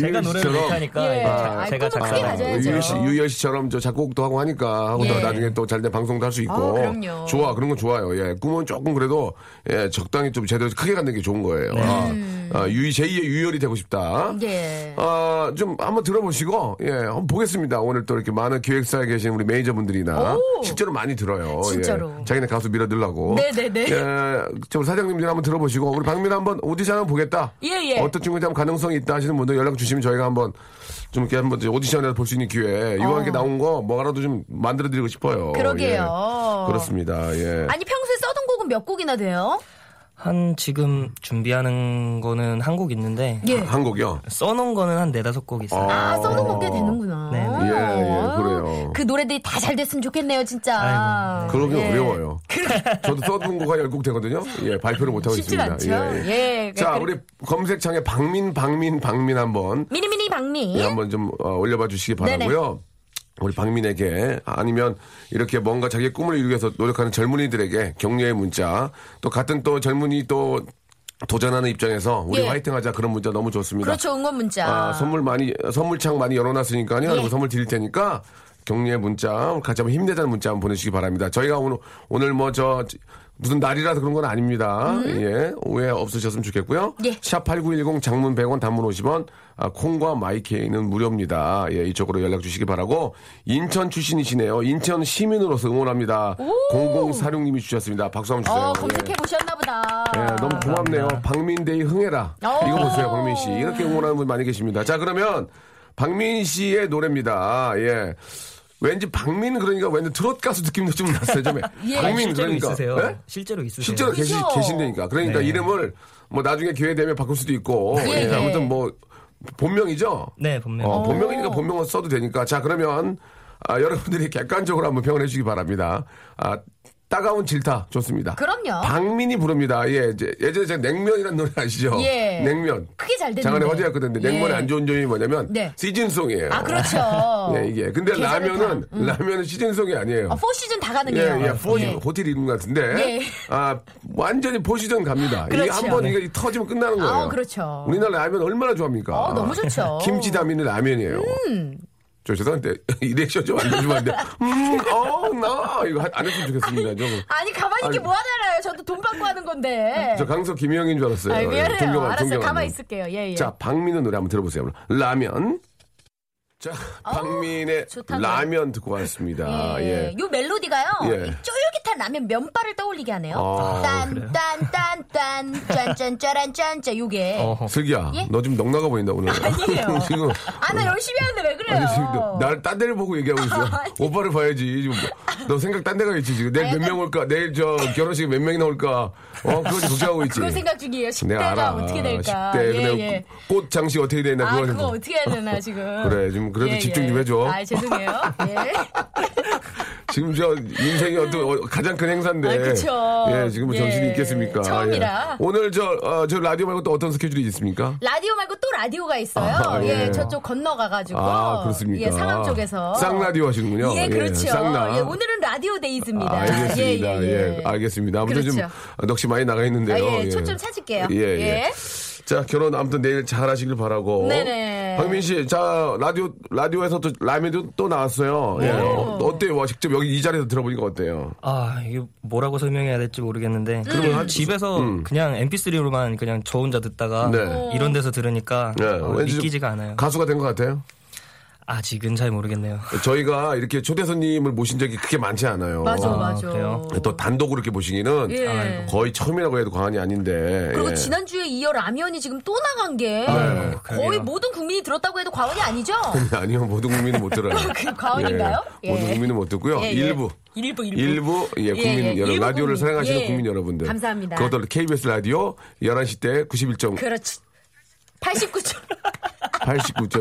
[SPEAKER 4] 제가
[SPEAKER 1] 유희열
[SPEAKER 4] 노래를
[SPEAKER 1] 씨처럼.
[SPEAKER 4] 못하니까
[SPEAKER 3] 예.
[SPEAKER 4] 이제 자-
[SPEAKER 3] 아이,
[SPEAKER 4] 제가
[SPEAKER 3] 꿈은 크게
[SPEAKER 4] 작사를
[SPEAKER 3] 가져야죠.
[SPEAKER 4] 하고
[SPEAKER 1] 유열 씨, 유열 씨처럼 저 작곡도 하고 하니까 하고 또
[SPEAKER 3] 예.
[SPEAKER 1] 나중에 또 잘 된 방송도 할 수 있고.
[SPEAKER 3] 아, 그럼요.
[SPEAKER 1] 좋아, 그런 건 좋아요. 예, 꿈은 조금 그래도 예, 적당히 좀 제대로 크게 갖는 게 좋은 거예요. 아, 아, 유 제2의 유열이 되고 싶다.
[SPEAKER 3] 네. 예.
[SPEAKER 1] 아, 좀 한번 들어보시고 예, 한번 보겠습니다. 오늘 또 이렇게 많은 기획사에 계신 우리 매니저분들이나 실제로 많이 들어요.
[SPEAKER 3] 진짜로.
[SPEAKER 1] 예, 자기네 가수 밀어들라고.
[SPEAKER 3] 네네네.
[SPEAKER 1] 예, 좀 사장님들 한번 들어보시고 우리 박민 한번 오디션 한번 보겠다.
[SPEAKER 3] 예, 예.
[SPEAKER 1] 어떤 친구인지 한번 가능성이 있다 하시는 분들 연락 주시면 저희가 한번 좀 이렇게 한번 오디션에서 볼 수 있는 기회. 이왕 이렇게 나온 거 뭐라도 좀 만들어 드리고 싶어요.
[SPEAKER 3] 어.
[SPEAKER 1] 예.
[SPEAKER 3] 그러게요.
[SPEAKER 1] 그렇습니다. 예.
[SPEAKER 3] 아니, 평소에 써둔 곡은 몇 곡이나 돼요?
[SPEAKER 4] 한 지금 준비하는 거는 한 곡 있는데
[SPEAKER 3] 예.
[SPEAKER 1] 한국이요.
[SPEAKER 4] 써놓은 거는 한 네다섯 곡 있어요.
[SPEAKER 3] 아, 써놓은 곡꽤 되는구나.
[SPEAKER 4] 네.
[SPEAKER 1] 예, 예, 그래요.
[SPEAKER 3] 그 노래들이 다 잘 됐으면 좋겠네요, 진짜.
[SPEAKER 4] 아이고.
[SPEAKER 1] 그러기
[SPEAKER 3] 예.
[SPEAKER 1] 어려워요. 저도 써둔 곡한 10곡 되거든요. 예, 발표를 못하고
[SPEAKER 3] 쉽진
[SPEAKER 1] 있습니다.
[SPEAKER 3] 않죠. 예,
[SPEAKER 1] 자,
[SPEAKER 3] 그러니까
[SPEAKER 1] 우리 검색창에 박민, 박민, 박민 한번
[SPEAKER 3] 미니미니 박미.
[SPEAKER 1] 예, 한번 좀 어, 올려봐 주시기
[SPEAKER 3] 네,
[SPEAKER 1] 바라고요. 우리 박민에게 아니면 이렇게 뭔가 자기의 꿈을 이루기 위해서 노력하는 젊은이들에게 격려의 문자 또 같은 또 젊은이 또 도전하는 입장에서 우리
[SPEAKER 3] 예.
[SPEAKER 1] 화이팅하자 그런 문자 너무 좋습니다.
[SPEAKER 3] 그렇죠, 응원 문자.
[SPEAKER 1] 아, 선물 많이 선물창 많이
[SPEAKER 3] 예.
[SPEAKER 1] 열어놨으니까요. 그리고 선물 드릴 테니까 격려의 문자 같이 한번 힘내자는 문자 한번 보내주시기 바랍니다. 저희가 오늘 오늘 뭐 저 무슨 날이라서 그런 건 아닙니다. 예 오해 없으셨으면 좋겠고요.
[SPEAKER 3] 음. 예.
[SPEAKER 1] 샵 #8910 장문 100원, 단문 50원, 아, 콩과 마이케이는 무료입니다. 예 이쪽으로 연락 주시기 바라고 인천 출신이시네요. 인천 시민으로서 응원합니다. 0046님이 주셨습니다. 박수 한번 주세요.
[SPEAKER 3] 어,
[SPEAKER 1] 예.
[SPEAKER 3] 검색해 보셨나 보다.
[SPEAKER 1] 예, 너무 고맙네요. 박민대의 흥해라.
[SPEAKER 4] 어.
[SPEAKER 3] 오.
[SPEAKER 1] 이거 보세요, 박민 씨. 이렇게 응원하는 분 많이 계십니다. 자, 그러면 박민 씨의 노래입니다. 예. 왠지 박민 그러니까 왠지 트롯 가수 느낌도 좀 났어요. 좀
[SPEAKER 3] 예.
[SPEAKER 1] 박민
[SPEAKER 4] 실제로
[SPEAKER 1] 그러니까
[SPEAKER 4] 있으세요?
[SPEAKER 1] 예?
[SPEAKER 4] 실제로 있으세요?
[SPEAKER 1] 실제로 계시,
[SPEAKER 3] 그죠?
[SPEAKER 1] 계신다니까. 그러니까
[SPEAKER 4] 네.
[SPEAKER 1] 이름을 뭐 나중에 기회 되면 바꿀 수도 있고.
[SPEAKER 3] 예,
[SPEAKER 1] 예,
[SPEAKER 3] 예.
[SPEAKER 1] 아무튼 뭐 본명이죠.
[SPEAKER 4] 네, 본명.
[SPEAKER 1] 어, 본명이니까 본명을 써도 되니까. 자 그러면 아, 여러분들이 객관적으로 한번 평을 해주시기 바랍니다. 아, 따가운 질타 좋습니다.
[SPEAKER 3] 그럼요.
[SPEAKER 1] 박민이 부릅니다. 예, 이제 예전에 제가 냉면이라는 노래 아시죠?
[SPEAKER 3] 예.
[SPEAKER 1] 냉면.
[SPEAKER 3] 크게 잘 됐는데.
[SPEAKER 1] 장안에 화제였거든. 근데 냉면의
[SPEAKER 3] 예.
[SPEAKER 1] 안 좋은 점이 뭐냐면
[SPEAKER 3] 네.
[SPEAKER 1] 시즌송이에요.
[SPEAKER 3] 아, 그렇죠.
[SPEAKER 1] 예, 이게. 근데
[SPEAKER 3] 계절을
[SPEAKER 1] 라면은,
[SPEAKER 3] 다, 음.
[SPEAKER 1] 라면은 시즌송이 아니에요.
[SPEAKER 3] 아, 4시즌 다 가는 거예요.
[SPEAKER 1] 예, 예, 포시 호텔 이름 같은데.
[SPEAKER 3] 예.
[SPEAKER 1] 아, 완전히 포시전 갑니다. 이게
[SPEAKER 3] 그렇죠.
[SPEAKER 1] 한 번 이게 터지면 끝나는 거예요.
[SPEAKER 3] 아, 그렇죠.
[SPEAKER 1] 우리나라 라면 얼마나 좋아합니까?
[SPEAKER 3] 어, 너무 좋죠. 음.
[SPEAKER 1] 김치 담이는 라면이에요. 저 죄송한데 이 리액션 좀안 좋으면 안 돼. 음, 어, 나 이거 하- 안 했으면 좋겠습니다. 좀.
[SPEAKER 3] 아니, 가만히 있게
[SPEAKER 1] 아니.
[SPEAKER 3] 뭐 하나요? 저도 돈 받고 하는 건데.
[SPEAKER 1] 저 강석 김영인 줄 알았어요.
[SPEAKER 3] 아,
[SPEAKER 1] 예,
[SPEAKER 3] 미안해요.
[SPEAKER 1] 존경하는,
[SPEAKER 3] 알았어요.
[SPEAKER 1] 존경하는.
[SPEAKER 3] 가만히 있을게요. 예, 예.
[SPEAKER 1] 자, 박민의 노래 한번 들어보세요. 라면. 자, 박민의
[SPEAKER 3] 좋다,
[SPEAKER 1] 라면 듣고 왔습니다.
[SPEAKER 3] 예.
[SPEAKER 1] 예.
[SPEAKER 3] 요 멜로디가요.
[SPEAKER 1] 예.
[SPEAKER 3] 이 쫄깃한 라면 면발을 떠올리게 하네요.
[SPEAKER 1] 아,
[SPEAKER 3] 딴딴딴딴 짠짠짜란짠짜 요게.
[SPEAKER 4] 어허.
[SPEAKER 1] 슬기야,
[SPEAKER 3] 예?
[SPEAKER 1] 너 지금 넉나가 보인다 오늘.
[SPEAKER 3] 아니에요.
[SPEAKER 1] 지금
[SPEAKER 3] 아, 나 열심히 하는데 왜 그래요?
[SPEAKER 1] 아니 지금
[SPEAKER 3] 어.
[SPEAKER 1] 너- 나를 딴 데를 보고 얘기하고 있어.
[SPEAKER 3] 아,
[SPEAKER 1] 오빠를 봐야지. 지금 뭐- 너 생각 딴 데가 있지 지금. 내일 몇 명 올까? 내일 저 결혼식 몇 명이 나올까? 어 그거 지금 걱정하고 있지.
[SPEAKER 3] 그걸 생각
[SPEAKER 1] 내가
[SPEAKER 3] 중이에요. 10대가
[SPEAKER 1] 알아.
[SPEAKER 3] 어떻게 될까?
[SPEAKER 1] 10대
[SPEAKER 3] 예,
[SPEAKER 1] 그냥
[SPEAKER 3] 예.
[SPEAKER 1] 꽃 장식 어떻게 되나
[SPEAKER 3] 아,
[SPEAKER 1] 그거
[SPEAKER 3] 그거 어떻게 해야 되나, 지금.
[SPEAKER 1] 그래, 좀 그래도 집중 좀 해줘.
[SPEAKER 3] 아, 죄송해요. 예.
[SPEAKER 1] 지금 저 인생의 어떤 어, 가장 큰 행사인데.
[SPEAKER 3] 아, 그쵸.
[SPEAKER 1] 예, 지금 뭐 정신이
[SPEAKER 3] 예.
[SPEAKER 1] 있겠습니까?
[SPEAKER 3] 처음이라.
[SPEAKER 1] 예. 오늘 저, 어, 저 라디오 말고 또 어떤 스케줄이 있습니까?
[SPEAKER 3] 라디오 말고 또 라디오가 있어요.
[SPEAKER 1] 아,
[SPEAKER 3] 예.
[SPEAKER 1] 예.
[SPEAKER 3] 저쪽 건너가가지고.
[SPEAKER 1] 아, 그렇습니까?
[SPEAKER 3] 예, 상암 쪽에서.
[SPEAKER 1] 쌍라디오 하시는군요.
[SPEAKER 3] 예, 그렇죠.
[SPEAKER 1] 쌍라.
[SPEAKER 3] 예, 오늘은 라디오 데이즈입니다.
[SPEAKER 1] 아, 알겠습니다. 예, 알겠습니다. 아무튼
[SPEAKER 3] 그렇죠.
[SPEAKER 1] 좀 넋이 많이 나가 있는데요.
[SPEAKER 3] 아, 예, 초점 찾을게요.
[SPEAKER 1] 예, 예.
[SPEAKER 3] 예.
[SPEAKER 1] 자, 결혼 아무튼 내일 잘 하시길 바라고.
[SPEAKER 3] 네네.
[SPEAKER 1] 박민 씨, 자, 라디오, 라디오에서 또 라면도 또 나왔어요.
[SPEAKER 3] 네.
[SPEAKER 1] 예. 어, 어때요? 와, 직접 여기 이 자리에서 들어보니까 어때요?
[SPEAKER 4] 아, 이게 뭐라고 설명해야 될지 모르겠는데 그냥 집에서 그냥 MP3로만 그냥 저 혼자 듣다가
[SPEAKER 1] 음. 네.
[SPEAKER 4] 이런 데서 들으니까
[SPEAKER 1] 예,
[SPEAKER 4] 어,
[SPEAKER 1] 왠지 좀
[SPEAKER 4] 믿기지가 않아요.
[SPEAKER 1] 가수가 된 것 같아요?
[SPEAKER 4] 아직은 잘 모르겠네요.
[SPEAKER 1] 저희가 이렇게 초대 손님을 모신 적이 그렇게 많지 않아요.
[SPEAKER 3] 맞아,
[SPEAKER 4] 아,
[SPEAKER 3] 맞아.
[SPEAKER 4] 그래요?
[SPEAKER 1] 또 단독으로 이렇게 모시기는
[SPEAKER 3] 예.
[SPEAKER 4] 아, 네.
[SPEAKER 1] 거의 처음이라고 해도 과언이 아닌데.
[SPEAKER 3] 그리고
[SPEAKER 1] 예.
[SPEAKER 3] 지난주에 이어 라면이 지금 또 나간 게 거의
[SPEAKER 4] 아, 그러게요.
[SPEAKER 3] 모든 국민이 들었다고 해도 과언이 아니죠?
[SPEAKER 1] 아니요, 모든 국민은 못 들어요.
[SPEAKER 3] 그 과언인가요?
[SPEAKER 1] 예. 모든
[SPEAKER 3] 예.
[SPEAKER 1] 국민은 못 듣고요.
[SPEAKER 3] 예, 예.
[SPEAKER 1] 일부.
[SPEAKER 3] 일부, 일부.
[SPEAKER 1] 일부, 예, 국민
[SPEAKER 3] 예, 예.
[SPEAKER 1] 여러분,
[SPEAKER 3] 일부
[SPEAKER 1] 라디오를
[SPEAKER 3] 국민.
[SPEAKER 1] 사랑하시는
[SPEAKER 3] 예.
[SPEAKER 1] 국민 여러분들.
[SPEAKER 3] 감사합니다.
[SPEAKER 1] 그것도 KBS 라디오 11시 때 91.89.1이요.
[SPEAKER 3] 그렇지. 89초. 그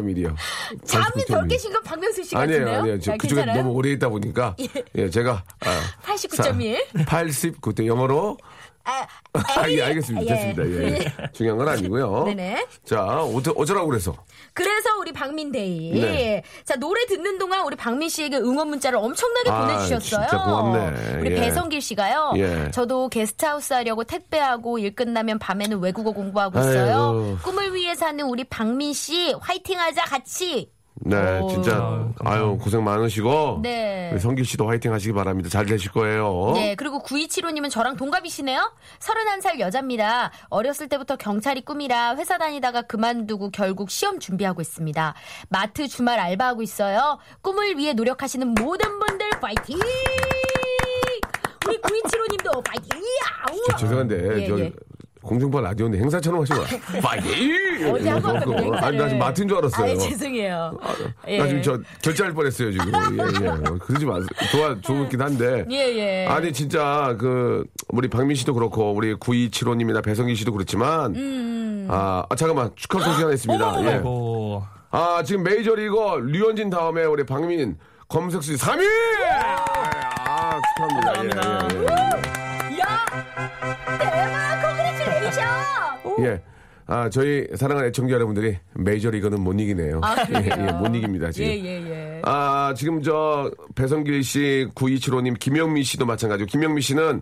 [SPEAKER 3] 잠이 덜
[SPEAKER 1] 89.1.
[SPEAKER 3] 깨신 건 박명수 씨 같은데요?
[SPEAKER 1] 아니에요, 아니에요. 저
[SPEAKER 3] 아,
[SPEAKER 1] 그쪽에
[SPEAKER 3] 괜찮아요?
[SPEAKER 1] 너무 오래 있다 보니까. 예, 제가. 아,
[SPEAKER 3] 89.1.
[SPEAKER 1] 89대 영어로.
[SPEAKER 3] 아,
[SPEAKER 1] 아, 예, 알겠습니다.
[SPEAKER 3] 예.
[SPEAKER 1] 됐습니다. 예. 중요한 건 아니고요.
[SPEAKER 3] 네네.
[SPEAKER 1] 자, 어쩌, 어쩌라고 그래서.
[SPEAKER 3] 그래서 우리 박민데이.
[SPEAKER 1] 네.
[SPEAKER 3] 자, 노래 듣는 동안 우리 박민 씨에게 응원 문자를 엄청나게
[SPEAKER 1] 아,
[SPEAKER 3] 보내주셨어요.
[SPEAKER 1] 진짜 고맙네.
[SPEAKER 3] 우리
[SPEAKER 1] 예.
[SPEAKER 3] 배성길 씨가요.
[SPEAKER 1] 예.
[SPEAKER 3] 저도 게스트하우스 하려고 택배하고 일 끝나면 밤에는 외국어 공부하고
[SPEAKER 1] 아이고.
[SPEAKER 3] 있어요. 꿈을 위해 사는 우리 박민 씨 화이팅 하자 같이.
[SPEAKER 1] 네,
[SPEAKER 3] 오.
[SPEAKER 1] 진짜. 아유, 고생 많으시고.
[SPEAKER 3] 어, 네.
[SPEAKER 1] 우리 성길 씨도 화이팅 하시기 바랍니다. 잘 되실 거예요.
[SPEAKER 3] 네, 그리고 9275님은 저랑 동갑이시네요? 31살 여자입니다. 어렸을 때부터 경찰이 꿈이라 회사 다니다가 그만두고 결국 시험 준비하고 있습니다. 마트 주말 알바하고 있어요. 꿈을 위해 노력하시는 모든 분들 파이팅! 우리 9275님도 파이팅!
[SPEAKER 1] 저
[SPEAKER 3] 이야!
[SPEAKER 1] 죄송한데
[SPEAKER 3] 예,
[SPEAKER 1] 저
[SPEAKER 3] 예.
[SPEAKER 1] 공중파 라디오인데 행사처럼 하시면 파이팅!
[SPEAKER 3] 어디 한번
[SPEAKER 1] 그거. 아니
[SPEAKER 3] 그런
[SPEAKER 1] 나 지금
[SPEAKER 3] 행사를.
[SPEAKER 1] 마트인 줄 알았어요.
[SPEAKER 3] 아, 죄송해요. 예.
[SPEAKER 1] 나 지금 저 결제할 뻔했어요 지금. 예, 예. 어, 그러지 마세요. 좋아 좋긴 한데.
[SPEAKER 3] 예, 예.
[SPEAKER 1] 아니 진짜 그 우리 박민 씨도 그렇고 우리 9275님이나 배성기 씨도
[SPEAKER 3] 음,
[SPEAKER 1] 그렇지만 아, 아, 잠깐만 축하 소식 하나 있습니다. 예.
[SPEAKER 4] 아이고.
[SPEAKER 1] 아 지금 메이저리거 류현진 다음에 우리 박민 검색 수위 3위. 아 축하합니다. 예, 예, 예.
[SPEAKER 3] 야! 대박! 컨그레츄레이션!
[SPEAKER 1] 예. 아, 저희 사랑하는 애청자 여러분들이 메이저리거는 못 이기네요.
[SPEAKER 3] 아,
[SPEAKER 1] 예,
[SPEAKER 3] 그래요?
[SPEAKER 1] 예, 못 이깁니다,
[SPEAKER 3] 예,
[SPEAKER 1] 지금.
[SPEAKER 3] 예, 예.
[SPEAKER 1] 아, 지금 저 배성길 씨, 9275님, 김영미 씨도 마찬가지고 김영미 씨는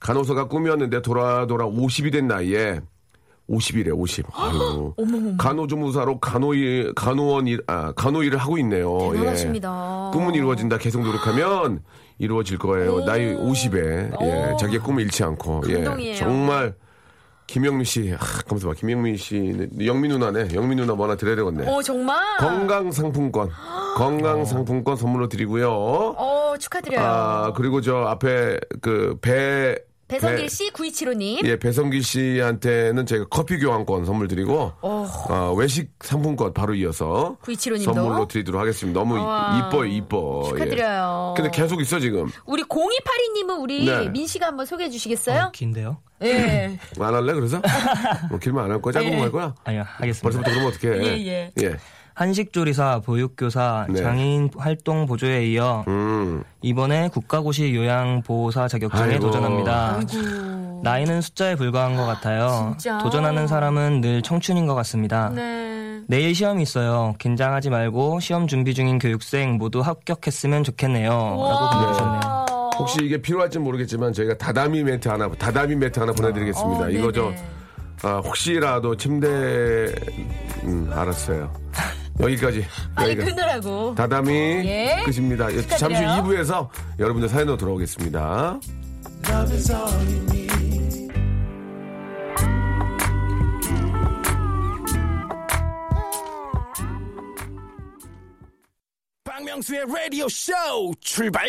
[SPEAKER 1] 간호사가 꿈이었는데 돌아 돌아 50이 된 나이에 50이래, 50. 아유. 간호조무사로 간호일, 간호원 일, 아, 간호일을 하고 있네요. 예.
[SPEAKER 3] 대단하십니다.
[SPEAKER 1] 꿈은 이루어진다. 계속 노력하면 이루어질 거예요. 나이 50에. 예. 자기의 꿈을 잃지 않고. 예.
[SPEAKER 3] 감동이에요.
[SPEAKER 1] 정말 김영미 씨. 아, 가만있어 봐. 김영미 씨는 영미 누나네. 영미 누나 뭐 하나 드려야 되겠네.
[SPEAKER 3] 어, 정말?
[SPEAKER 1] 건강 상품권. 건강 상품권 선물로 드리고요.
[SPEAKER 3] 어, 축하드려요.
[SPEAKER 1] 아, 그리고 저 앞에 그 배
[SPEAKER 3] 배성길 씨, 9275님.
[SPEAKER 1] 예, 배성기 씨한테는 제가 커피 교환권 선물 드리고 어, 외식 상품권 바로 이어서
[SPEAKER 3] 9275 님도.
[SPEAKER 1] 선물로 드리도록 하겠습니다. 너무 이-
[SPEAKER 3] 우와.
[SPEAKER 1] 뭐, 이뻐요, 이뻐. 예.
[SPEAKER 3] 축하드려요.
[SPEAKER 1] 근데 계속 있어 지금.
[SPEAKER 3] 우리 0282님은 우리
[SPEAKER 1] 네. 음.
[SPEAKER 3] 민 씨가 한번 소개해 주시겠어요?
[SPEAKER 4] 긴데요?
[SPEAKER 3] 예.
[SPEAKER 1] 안 할래 그래서? 뭐 길면 안 할 거야? 짧은 거할 거야?
[SPEAKER 4] 아니요, 하겠습니다.
[SPEAKER 1] 벌써부터 그러면 어떻게 해?
[SPEAKER 3] 네. 예,
[SPEAKER 1] 예.
[SPEAKER 4] 한식조리사, 보육교사,
[SPEAKER 1] 네.
[SPEAKER 4] 장애인 활동 보조에 이어
[SPEAKER 1] 음.
[SPEAKER 4] 이번에 국가고시 요양보호사 자격증에
[SPEAKER 1] 아이고.
[SPEAKER 4] 도전합니다. 나이는 숫자에 불과한 것 같아요.
[SPEAKER 3] 진짜.
[SPEAKER 4] 도전하는 사람은 늘 청춘인 것 같습니다.
[SPEAKER 3] 네.
[SPEAKER 4] 내일 시험이 있어요. 긴장하지 말고 시험 준비 중인 교육생 모두 합격했으면 좋겠네요. 라고 보내주셨네요.
[SPEAKER 3] 어.
[SPEAKER 1] 혹시 이게 필요할지 모르겠지만 저희가 다다미 매트 하나 다다미 매트 하나 보내드리겠습니다.
[SPEAKER 3] 어,
[SPEAKER 1] 이거 저
[SPEAKER 3] 네네.
[SPEAKER 1] 아, 혹시라도 침대 음, 알았어요. 여기까지.
[SPEAKER 3] 빨리
[SPEAKER 1] 여기까지.
[SPEAKER 3] 끊으라고.
[SPEAKER 1] 네, 그러니까 다다미
[SPEAKER 3] 예.
[SPEAKER 1] 끝입니다. 예, 잠시
[SPEAKER 3] 축하드려요.
[SPEAKER 1] 2부에서 여러분들 사연으로 돌아오겠습니다.
[SPEAKER 6] 박명수의 라디오 쇼 출발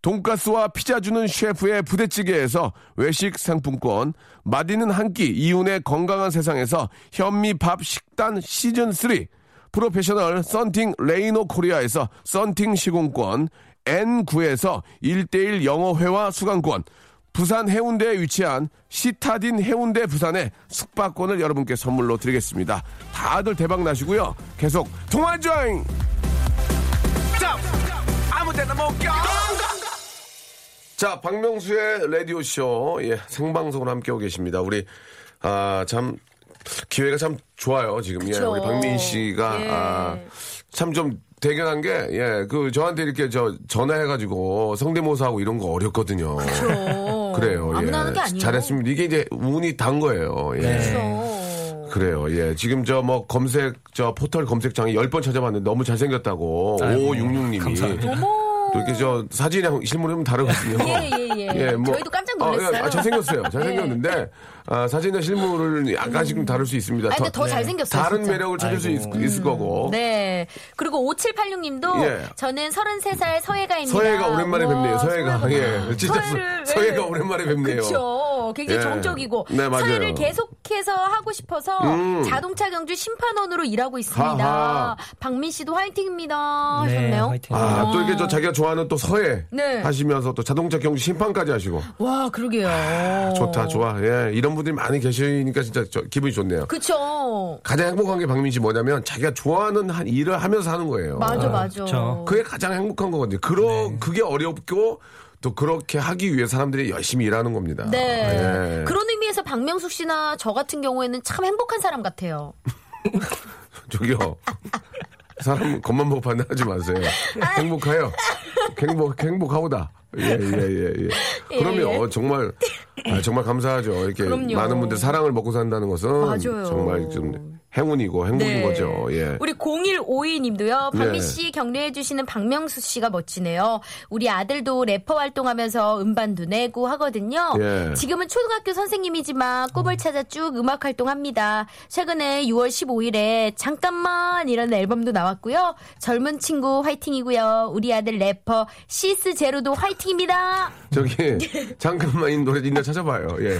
[SPEAKER 1] 돈가스와 피자 주는 셰프의 부대찌개에서 외식 상품권, 맛있는 한 끼 이윤의 건강한 세상에서 현미밥 식단 시즌 3, 프로페셔널 썬팅 레이노 코리아에서 썬팅 시공권, N9에서 1대1 영어회화 수강권, 부산 해운대에 위치한 시타딘 해운대 부산의 숙박권을 여러분께 선물로 드리겠습니다. 다들 대박 나시고요. 계속 통화 조잉! 자, 박명수의 라디오쇼, 예, 생방송으로 함께하고 계십니다. 우리, 아, 참, 기회가 참 좋아요, 지금. 예,
[SPEAKER 3] 그쵸.
[SPEAKER 1] 우리 박민 씨가,
[SPEAKER 3] 예.
[SPEAKER 1] 아, 참 좀 대견한 게, 예, 그, 저한테 이렇게 저, 전화해가지고 성대모사하고 이런 거 어렵거든요.
[SPEAKER 3] 그렇죠.
[SPEAKER 1] 래요
[SPEAKER 3] 아무나 하는 게
[SPEAKER 1] 예.
[SPEAKER 3] 아니에요.
[SPEAKER 1] 잘했습니다. 이게 이제 운이 단 거예요. 예.
[SPEAKER 3] 그렇죠.
[SPEAKER 1] 그래요. 예. 지금 저 뭐 검색 저 포털 검색창에 10번 찾아봤는데 너무 잘생겼다고.
[SPEAKER 4] 아이고,
[SPEAKER 1] 5566님이.
[SPEAKER 4] 감사합니다.
[SPEAKER 1] 또 이렇게 저 사진이랑 실물이랑 다르거든요.
[SPEAKER 3] 예, 예, 예. 저희도 깜짝 놀랐어요.
[SPEAKER 1] 아, 예, 아, 잘생겼어요. 잘생겼는데 아, 사진이나 실물을 약간씩 좀 다를 수 있습니다.
[SPEAKER 3] 아, 근데 더 잘생겼어요,
[SPEAKER 1] 다른
[SPEAKER 3] 진짜.
[SPEAKER 1] 매력을 찾을 수 있,
[SPEAKER 4] 네. 아이고.
[SPEAKER 1] 있을 거고.
[SPEAKER 3] 네. 그리고 5786님도
[SPEAKER 1] 어? 예.
[SPEAKER 3] 저는 33살 서예가입니다.
[SPEAKER 1] 서예가 오랜만에
[SPEAKER 3] 우와,
[SPEAKER 1] 뵙네요. 서예가. 예. 진짜
[SPEAKER 3] 뭐 서예를
[SPEAKER 1] 서-
[SPEAKER 3] 왜-
[SPEAKER 1] 서예가 오랜만에 뵙네요.
[SPEAKER 3] 그렇죠. 굉장히
[SPEAKER 1] 예.
[SPEAKER 3] 정적이고
[SPEAKER 1] 네, 맞아요. 음.
[SPEAKER 3] 서예를 계속해서 하고 싶어서 자동차 경주 심판원으로 일하고 있습니다.
[SPEAKER 1] 하하.
[SPEAKER 3] 박민 씨도 화이팅입니다.
[SPEAKER 4] 네,
[SPEAKER 3] 하셨네요.
[SPEAKER 4] 화이팅.
[SPEAKER 1] 아, 또 이렇게 저 자기가 좋아하는 또 서예
[SPEAKER 3] 네.
[SPEAKER 1] 하시면서 또 자동차 경주 심판까지 하시고
[SPEAKER 3] 와, 그러게요.
[SPEAKER 1] 아, 좋다
[SPEAKER 3] 어.
[SPEAKER 1] 좋아 예 이런 분들이 많이 계시니까 진짜 저- 기분이 좋네요.
[SPEAKER 3] 그쵸.
[SPEAKER 1] 가장 행복한 게 박민 씨 뭐냐면 자기가 좋아하는 한 일을 하면서 하는 거예요.
[SPEAKER 3] 맞아, 네. 맞아.
[SPEAKER 4] 그쵸.
[SPEAKER 1] 그게 가장 행복한 거거든요. 그러 그게 어렵고 또 그렇게 하기 위해 사람들이 열심히 일하는 겁니다.
[SPEAKER 3] 네.
[SPEAKER 1] 예.
[SPEAKER 3] 그런 의미에서 박명숙 씨나 저 같은 경우에는 참 행복한 사람 같아요.
[SPEAKER 1] 저기요. 사람 겉만 보고 판단하지 마세요. 행복해요. 행복 행복하오다. 예예예 예, 예. 그러면 정말 아, 정말 감사하죠. 이렇게
[SPEAKER 3] 그럼요.
[SPEAKER 1] 많은 분들 사랑을 먹고 산다는 것은
[SPEAKER 3] 맞아요.
[SPEAKER 1] 정말 좀 행운이고 행복인 거죠. 예.
[SPEAKER 3] 네. 우리 0152님도요.
[SPEAKER 1] 예.
[SPEAKER 3] 박미 씨 격려해 주시는 박명수 씨가 멋지네요. 우리 아들도 래퍼 활동하면서 음반도 내고 하거든요.
[SPEAKER 1] 예.
[SPEAKER 3] 지금은 초등학교 선생님이지만 꿈을 찾아 쭉 음악 활동합니다. 최근에 6월 15일에 잠깐만이라는 앨범도 나왔고요. 젊은 친구 화이팅이고요. 우리 아들 래퍼 시스 제로도 화이팅입니다.
[SPEAKER 1] 저기
[SPEAKER 3] 네.
[SPEAKER 1] 잠깐만 이 노래 있나 찾아봐요. 예.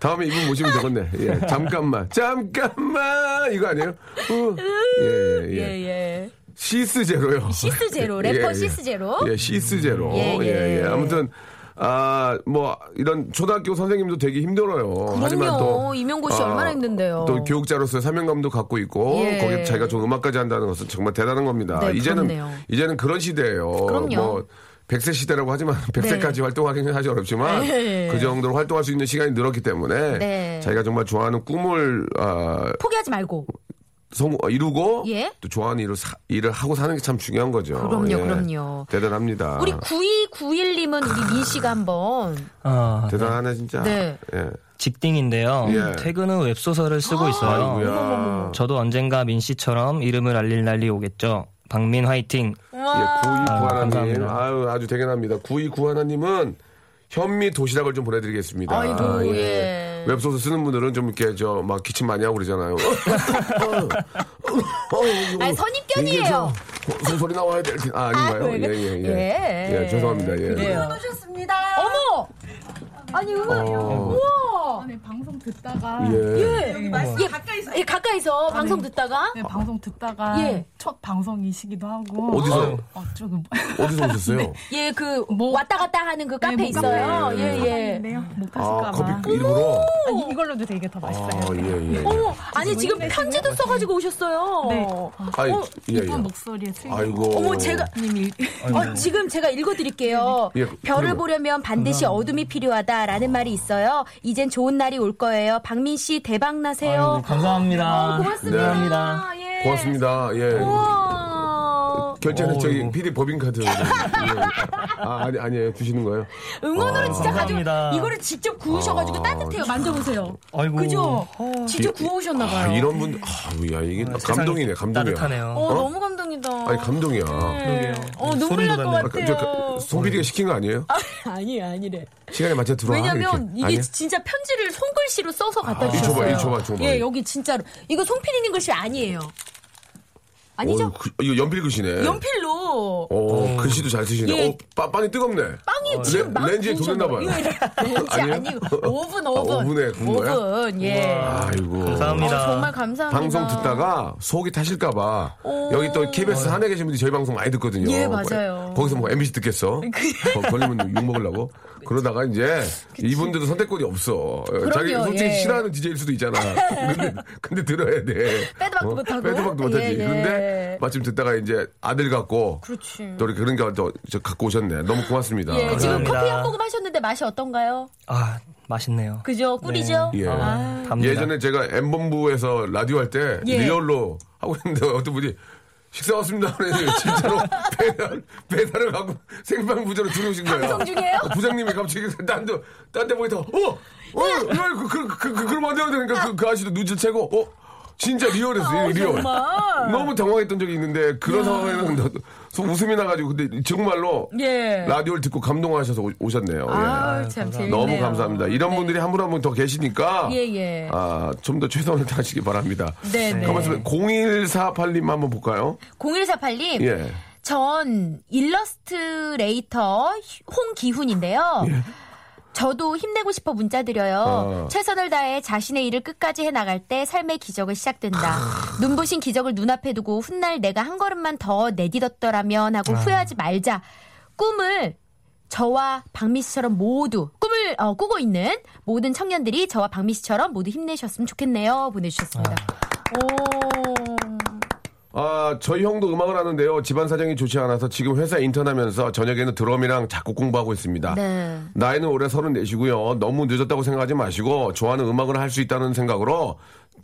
[SPEAKER 1] 다음에 이분 모시면 되겠네. 예. 잠깐만. 잠깐만 이거 아니에요? 우. 예, 예, 예.
[SPEAKER 3] 예.
[SPEAKER 1] 시스 제로요.
[SPEAKER 3] 시스 제로, 래퍼 시스 제로.
[SPEAKER 1] 예, 시스 제로. 예,
[SPEAKER 3] 예,
[SPEAKER 1] 예.
[SPEAKER 3] 예.
[SPEAKER 1] 아무튼 아, 뭐, 이런 초등학교 선생님도 되게 힘들어요. 하지만 또.
[SPEAKER 3] 그럼요. 임용고시
[SPEAKER 1] 아,
[SPEAKER 3] 얼마나 힘든데요.
[SPEAKER 1] 또 교육자로서 사명감도 갖고 있고
[SPEAKER 3] 예.
[SPEAKER 1] 거기에 자기가 좀 음악까지 한다는 것은 정말 대단한 겁니다.
[SPEAKER 3] 네,
[SPEAKER 1] 이제는
[SPEAKER 3] 부럽네요.
[SPEAKER 1] 이제는 그런 시대예요.
[SPEAKER 3] 그럼요.
[SPEAKER 1] 뭐 100세 시대라고 하지만 100세까지 활동하기는 사실 어렵지만
[SPEAKER 3] 네.
[SPEAKER 1] 그 정도로 활동할 수 있는 시간이 늘었기 때문에
[SPEAKER 3] 네.
[SPEAKER 1] 자기가 정말 좋아하는 꿈을 아,
[SPEAKER 3] 포기하지 말고.
[SPEAKER 1] 성, 어, 이루고
[SPEAKER 3] 예.
[SPEAKER 1] 또 좋아하는 일을, 사- 일을 하고 사는 게 참 중요한 거죠. 예.
[SPEAKER 3] 그럼요, 그럼요.
[SPEAKER 1] 대단합니다.
[SPEAKER 3] 우리 9291님은 우리 민 씨가 한번.
[SPEAKER 4] 아,
[SPEAKER 1] 대단하네 진짜.
[SPEAKER 3] 네.
[SPEAKER 1] 예.
[SPEAKER 4] 직딩인데요.
[SPEAKER 1] 예.
[SPEAKER 4] 퇴근 후 웹소설을
[SPEAKER 3] 아.
[SPEAKER 4] 쓰고 있어요.
[SPEAKER 1] 아이고야.
[SPEAKER 4] 저도 언젠가 민 씨처럼 이름을 알릴 날이 오겠죠. 박민 화이팅.
[SPEAKER 3] 음.
[SPEAKER 1] 예, 구이구하나님.
[SPEAKER 4] 아, 감사합니다.
[SPEAKER 1] 아유, 아주 대견합니다. 구이구하나님은 현미 도시락을 좀 보내드리겠습니다.
[SPEAKER 3] 아이고,
[SPEAKER 1] 아,
[SPEAKER 3] 예.
[SPEAKER 1] 웹소설 쓰는 분들은 좀 이렇게 저 막 기침 많이 하고 그러잖아요.
[SPEAKER 3] 아니, 선입견이에요.
[SPEAKER 1] 이게 저 소- 소리 나와야 될 텐, 아, 아닌가요?
[SPEAKER 3] 아이고,
[SPEAKER 1] 예,
[SPEAKER 3] 이거-
[SPEAKER 1] 예, 예.
[SPEAKER 3] 예.
[SPEAKER 1] 예, 죄송합니다. 예.
[SPEAKER 3] 그래요. 어머! 아니, 음악이요.
[SPEAKER 1] 어,
[SPEAKER 3] 우와!
[SPEAKER 7] 방송 듣다가
[SPEAKER 1] 예.
[SPEAKER 3] 예.
[SPEAKER 7] 말씀 가까이서 아,
[SPEAKER 3] 예, 가까이서 방송 듣다가.
[SPEAKER 7] 네, 방송 듣다가
[SPEAKER 3] 예.
[SPEAKER 7] 첫 방송이시기도 하고
[SPEAKER 1] 어디서?
[SPEAKER 7] 어, 조금
[SPEAKER 1] 어디서 오셨어요?
[SPEAKER 3] 예, 그,
[SPEAKER 7] 뭐-
[SPEAKER 3] 왔다 갔다 하는 그 카페
[SPEAKER 7] 뭐
[SPEAKER 3] 있어요.
[SPEAKER 1] 카페.
[SPEAKER 3] 예, 예.
[SPEAKER 7] 네요 못
[SPEAKER 1] 아,
[SPEAKER 7] 하실까 봐.
[SPEAKER 1] 커피 일부러?
[SPEAKER 7] 아니, 이걸로도 되게 더
[SPEAKER 1] 아,
[SPEAKER 7] 맛있어요.
[SPEAKER 1] 예, 예.
[SPEAKER 3] 음, 어머, 아니, 지금 편지도 써가지고 오셨어요.
[SPEAKER 7] 네.
[SPEAKER 1] 아이,
[SPEAKER 3] 어,
[SPEAKER 1] 예, 예.
[SPEAKER 7] 이쁜 목소리에 슬기
[SPEAKER 1] 아이고.
[SPEAKER 3] 어머, 제가.
[SPEAKER 7] 님이
[SPEAKER 3] 어, 지금 제가 읽어드릴게요.
[SPEAKER 1] 예,
[SPEAKER 3] 별을
[SPEAKER 1] 그리고-
[SPEAKER 3] 보려면 반드시 어둠이 필요하다라는 말이 있어요. 이젠 좋은 날이 올 거예요. 박민 씨 대박 나세요.
[SPEAKER 4] 감사합니다.
[SPEAKER 3] 어, 고맙습니다. 예.
[SPEAKER 1] 고맙습니다. 예.
[SPEAKER 3] 우와.
[SPEAKER 1] 결제는
[SPEAKER 4] 오,
[SPEAKER 1] 저기
[SPEAKER 4] 이거.
[SPEAKER 1] PD 법인카드. 예. 아, 아니, 아니에요. 주시는 거예요?
[SPEAKER 3] 응원으로 진짜 가지고
[SPEAKER 4] 감사합니다.
[SPEAKER 3] 이거를 직접 구우셔가지고
[SPEAKER 1] 아,
[SPEAKER 3] 따뜻해요. 만져보세요.
[SPEAKER 4] 아이고.
[SPEAKER 3] 그죠?
[SPEAKER 4] 어,
[SPEAKER 3] 직접
[SPEAKER 1] 이-
[SPEAKER 3] 구워오셨나봐요.
[SPEAKER 1] 아, 이런 분, 아, 야, 이게 감동이네, 감동이야.
[SPEAKER 4] 따뜻하네요.
[SPEAKER 3] 어, 너무 감동이다.
[SPEAKER 1] 아니, 감동이야.
[SPEAKER 3] 네. 어, 눈물
[SPEAKER 4] 소리도
[SPEAKER 3] 날 것
[SPEAKER 4] 나네.
[SPEAKER 1] 아까 그,
[SPEAKER 3] 같아요.
[SPEAKER 1] 저, 송PD가 시킨 거 아니에요?
[SPEAKER 3] 아니, 아니래.
[SPEAKER 1] 시간에 맞춰 들어와.
[SPEAKER 3] 왜냐면
[SPEAKER 1] 이렇게.
[SPEAKER 3] 이게
[SPEAKER 1] 아니야?
[SPEAKER 3] 진짜 편지를 손글씨로 써서 갖다
[SPEAKER 1] 아,
[SPEAKER 3] 주셨어요.
[SPEAKER 1] 이거 줘봐, 이거 줘봐, 줘봐.
[SPEAKER 3] 예, 여기 진짜로. 이거 송피디님 글씨 아니에요. 아니죠?
[SPEAKER 1] 어우, 그- 이거 연필 글씨네.
[SPEAKER 3] 연필로
[SPEAKER 1] 어, 글씨도 잘 쓰시네.
[SPEAKER 3] 예.
[SPEAKER 1] 어, 빠, 빵이 뜨겁네.
[SPEAKER 3] 빵이 지금
[SPEAKER 1] 어, 렌-
[SPEAKER 3] 막
[SPEAKER 1] 렌즈에
[SPEAKER 3] 동전
[SPEAKER 1] 돌렸나봐요.
[SPEAKER 3] 예, 렌즈
[SPEAKER 1] 아니에요?
[SPEAKER 3] 아니고 오븐
[SPEAKER 1] 아,
[SPEAKER 3] 오븐.
[SPEAKER 1] 오븐에 구운 거야?
[SPEAKER 3] 오븐, 예.
[SPEAKER 1] 아이고.
[SPEAKER 3] 어,
[SPEAKER 4] 감사합니다.
[SPEAKER 3] 정말 감사합니다.
[SPEAKER 1] 방송 듣다가 속이 타실까봐
[SPEAKER 3] 오.
[SPEAKER 1] 여기 또 KBS 하나 계신 분들이 저희 방송 많이 듣거든요.
[SPEAKER 3] 예, 맞아요.
[SPEAKER 1] 거기서 뭐 MBC 듣겠어? 거- 걸리면 욕 먹으려고? 그러다가 이제 이분들도 선택권이 없어. 자기 솔직히
[SPEAKER 3] 예.
[SPEAKER 1] 싫어하는 DJ일 수도 있잖아. 근데, 근데 들어야 돼.
[SPEAKER 3] 빼도박도 못하고.
[SPEAKER 1] 빼도박도 못하지.
[SPEAKER 3] 예, 예.
[SPEAKER 1] 근데 마침 듣다가 이제 아들 갖고
[SPEAKER 3] 그렇지.
[SPEAKER 1] 또 이렇게 그런 게또 갖고 오셨네. 너무 고맙습니다.
[SPEAKER 3] 예, 지금
[SPEAKER 4] 감사합니다.
[SPEAKER 3] 커피 한 모금 하셨는데 맛이 어떤가요?
[SPEAKER 4] 아, 맛있네요.
[SPEAKER 3] 그죠? 꿀이죠?
[SPEAKER 1] 예.
[SPEAKER 4] 아, 답니다.
[SPEAKER 1] 예전에 제가 M본부에서 라디오 할 때
[SPEAKER 3] 예.
[SPEAKER 1] 리얼로 하고 있는데 어떤 분이 식사 왔습니다. 그래서 진짜로 배달, 배달을 하고 생방부조로 들어오신 거예요. 아,
[SPEAKER 3] 방송 중이에요?
[SPEAKER 1] 부장님이 갑자기 딴데, 딴데 보니까, 어! 어! 야, 그, 그, 그, 그, 그러면 안 돼요. 그러니까 그, 그 아저씨도 눈치를 채고, 어? 진짜
[SPEAKER 3] 아,
[SPEAKER 1] 리얼했어요, 리얼. 너무 당황했던 적이 있는데, 그런 상황에는 나- 속 웃음이 나가지고, 근데 정말로
[SPEAKER 3] 예.
[SPEAKER 1] 라디오를 듣고 감동하셔서 오- 오셨네요. 예.
[SPEAKER 3] 아유, 참 재밌네요.
[SPEAKER 1] 너무 감사합니다. 이런 분들이 한 분 한 분 더 계시니까
[SPEAKER 3] 예, 예.
[SPEAKER 1] 아, 좀 더 최선을 다하시기 바랍니다.
[SPEAKER 3] 네, 네.
[SPEAKER 1] 가만있어 0148님 한번 볼까요?
[SPEAKER 4] 네.
[SPEAKER 3] 0148님.
[SPEAKER 1] 예.
[SPEAKER 3] 전 일러스트레이터 홍기훈인데요. 저도 힘내고 싶어 문자 드려요.
[SPEAKER 1] 어.
[SPEAKER 3] 최선을 다해 자신의 일을 끝까지 해 나갈 때 삶의 기적을 시작된다. 눈부신 기적을 눈앞에 두고 훗날 내가 한 걸음만 더 내딛었더라면 하고 후회하지 말자. 꿈을 저와 박미 씨처럼 모두 꿈을 어, 꾸고 있는 모든 청년들이 저와 박미 씨처럼 모두 힘내셨으면 좋겠네요. 보내주셨습니다. 오.
[SPEAKER 1] 아, 저희 형도 음악을 하는데요. 집안 사정이 좋지 않아서 지금 회사 인턴하면서 저녁에는 드럼이랑 작곡 공부하고 있습니다.
[SPEAKER 3] 네.
[SPEAKER 1] 나이는 올해 34시고요. 너무 늦었다고 생각하지 마시고 좋아하는 음악을 할 수 있다는 생각으로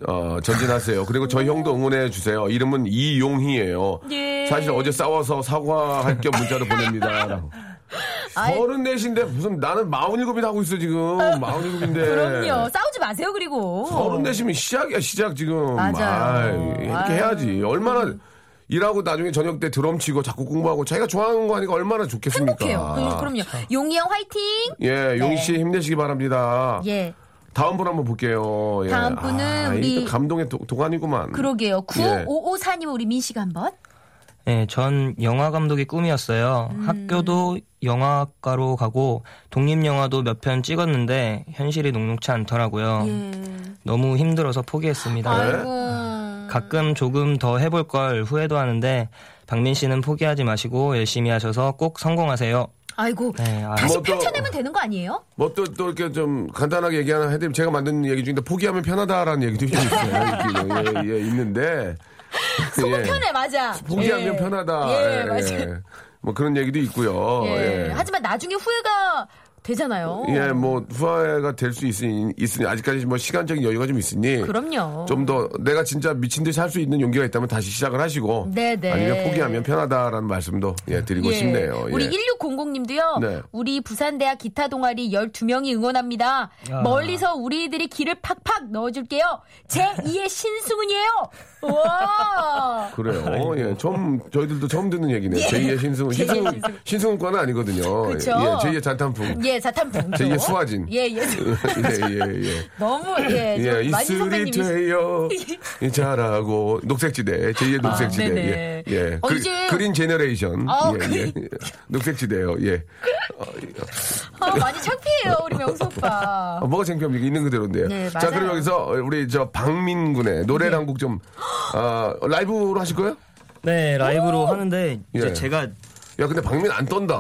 [SPEAKER 1] 어, 전진하세요. 그리고 저희 형도 응원해 주세요. 이름은 이용희예요.
[SPEAKER 3] 예.
[SPEAKER 1] 사실 어제 싸워서 사과할 겸 문자를 보냅니다. 라고.
[SPEAKER 3] 아이.
[SPEAKER 1] 34인데 무슨 나는 47이나 하고 있어 지금. 47인데.
[SPEAKER 3] 그럼요. 싸우지 마세요, 그리고.
[SPEAKER 1] 34시면 시작이야 시작 지금.
[SPEAKER 3] 맞아요.
[SPEAKER 1] 아이, 이렇게
[SPEAKER 3] 아유.
[SPEAKER 1] 해야지. 얼마나 일하고 나중에 저녁 때 드럼 치고 작곡 공부하고 자기가 좋아하는 거 하니까 얼마나 좋겠습니까.
[SPEAKER 3] 행복해요. 그- 그럼요. 용이 형 화이팅!
[SPEAKER 1] 예, 용희 씨 힘내시기 바랍니다.
[SPEAKER 3] 네. 예.
[SPEAKER 1] 다음 분 한번 볼게요. 예.
[SPEAKER 3] 다음 분은
[SPEAKER 1] 아,
[SPEAKER 3] 우리-
[SPEAKER 1] 이게 또 감동의 도, 도가니구만.
[SPEAKER 3] 그러게요.
[SPEAKER 1] 예.
[SPEAKER 3] 9554님, 우리 민씨가 한 번.
[SPEAKER 4] 네, 전 영화 감독이 꿈이었어요.
[SPEAKER 3] 음.
[SPEAKER 4] 학교도 영화과로 가고 독립 영화도 몇 편 찍었는데 현실이 녹록치 않더라고요.
[SPEAKER 3] 예.
[SPEAKER 4] 너무 힘들어서 포기했습니다.
[SPEAKER 3] 아이고.
[SPEAKER 4] 가끔 조금 더 해볼 걸 후회도 하는데 박민 씨는 포기하지 마시고 열심히 하셔서 꼭 성공하세요.
[SPEAKER 3] 아이고
[SPEAKER 4] 네, 아,
[SPEAKER 3] 다시
[SPEAKER 1] 뭐 또-
[SPEAKER 3] 펼쳐내면 되는 거 아니에요?
[SPEAKER 1] 뭐 또 또 이렇게 좀 간단하게 얘기하나 해드리면 제가 만든 얘기 중인데 포기하면 편하다라는 얘기도 좀 있어요. 예, 예, 있는데.
[SPEAKER 3] 속은
[SPEAKER 1] 예.
[SPEAKER 3] 편해 맞아.
[SPEAKER 1] 포기하면
[SPEAKER 3] 예.
[SPEAKER 1] 편하다.
[SPEAKER 3] 예,
[SPEAKER 1] 예,
[SPEAKER 3] 맞아.
[SPEAKER 1] 예. 뭐 그런 얘기도 있고요.
[SPEAKER 3] 예.
[SPEAKER 1] 예.
[SPEAKER 3] 하지만 나중에 후회가 되잖아요.
[SPEAKER 1] 예, 뭐 후회가 될 수 있으니, 있으니 아직까지 뭐 시간적인 여유가 좀 있으니
[SPEAKER 3] 그렇죠. 그럼요.
[SPEAKER 1] 좀 더 내가 진짜 미친 듯이 할 수 있는 용기가 있다면 다시 시작을 하시고
[SPEAKER 3] 네, 네.
[SPEAKER 1] 아니면 포기하면 편하다라는 말씀도 예, 드리고
[SPEAKER 3] 예.
[SPEAKER 1] 싶네요. 예.
[SPEAKER 3] 우리 1600님도요.
[SPEAKER 1] 네.
[SPEAKER 3] 우리 부산대학 기타 동아리 12명이 응원합니다.
[SPEAKER 4] 야.
[SPEAKER 3] 멀리서 우리들이 기를 팍팍 넣어줄게요. 제2의 신승훈이에요. 와.
[SPEAKER 1] 그래요. 예, 처음 저희들도 처음 듣는 얘기네요.
[SPEAKER 3] 예.
[SPEAKER 1] 제2의 신승훈,
[SPEAKER 3] 제2의
[SPEAKER 1] 신승훈, 신승훈과는 아니거든요.
[SPEAKER 3] 그쵸.
[SPEAKER 1] 예, 제2의 잔탄풍.
[SPEAKER 3] 예, 사탄풍.
[SPEAKER 1] 제2의 수화진.
[SPEAKER 3] 예, 예.
[SPEAKER 1] 예, 예, 예.
[SPEAKER 3] 너무 예, 좀
[SPEAKER 1] 예,
[SPEAKER 3] 많이
[SPEAKER 1] 이슬이
[SPEAKER 3] 선배님이시.
[SPEAKER 1] 돼요. 이 잘하고 녹색지대 제2의 녹색지대
[SPEAKER 3] 아, 네네.
[SPEAKER 1] 예, 예.
[SPEAKER 3] 어,
[SPEAKER 1] 그,
[SPEAKER 3] 이제-
[SPEAKER 1] 린 제너레이션
[SPEAKER 3] 아,
[SPEAKER 1] 예,
[SPEAKER 3] 그린-
[SPEAKER 1] 예. 녹색지대요 예 어,
[SPEAKER 3] 아, 많이 창피해요, 우리 명수 오빠.
[SPEAKER 1] 아, 뭐가 창피합니까 있는 그대로인데요
[SPEAKER 3] 네,
[SPEAKER 1] 자
[SPEAKER 3] 맞아요. 네.
[SPEAKER 1] 그럼 여기서 우리 저 박민군의 노래 를 한 곡 좀 아, 라이브로 하실 거예요?
[SPEAKER 4] 네, 라이브로 하는데 이제
[SPEAKER 1] 예.
[SPEAKER 4] 제가
[SPEAKER 1] 야 근데 박민 안 떤다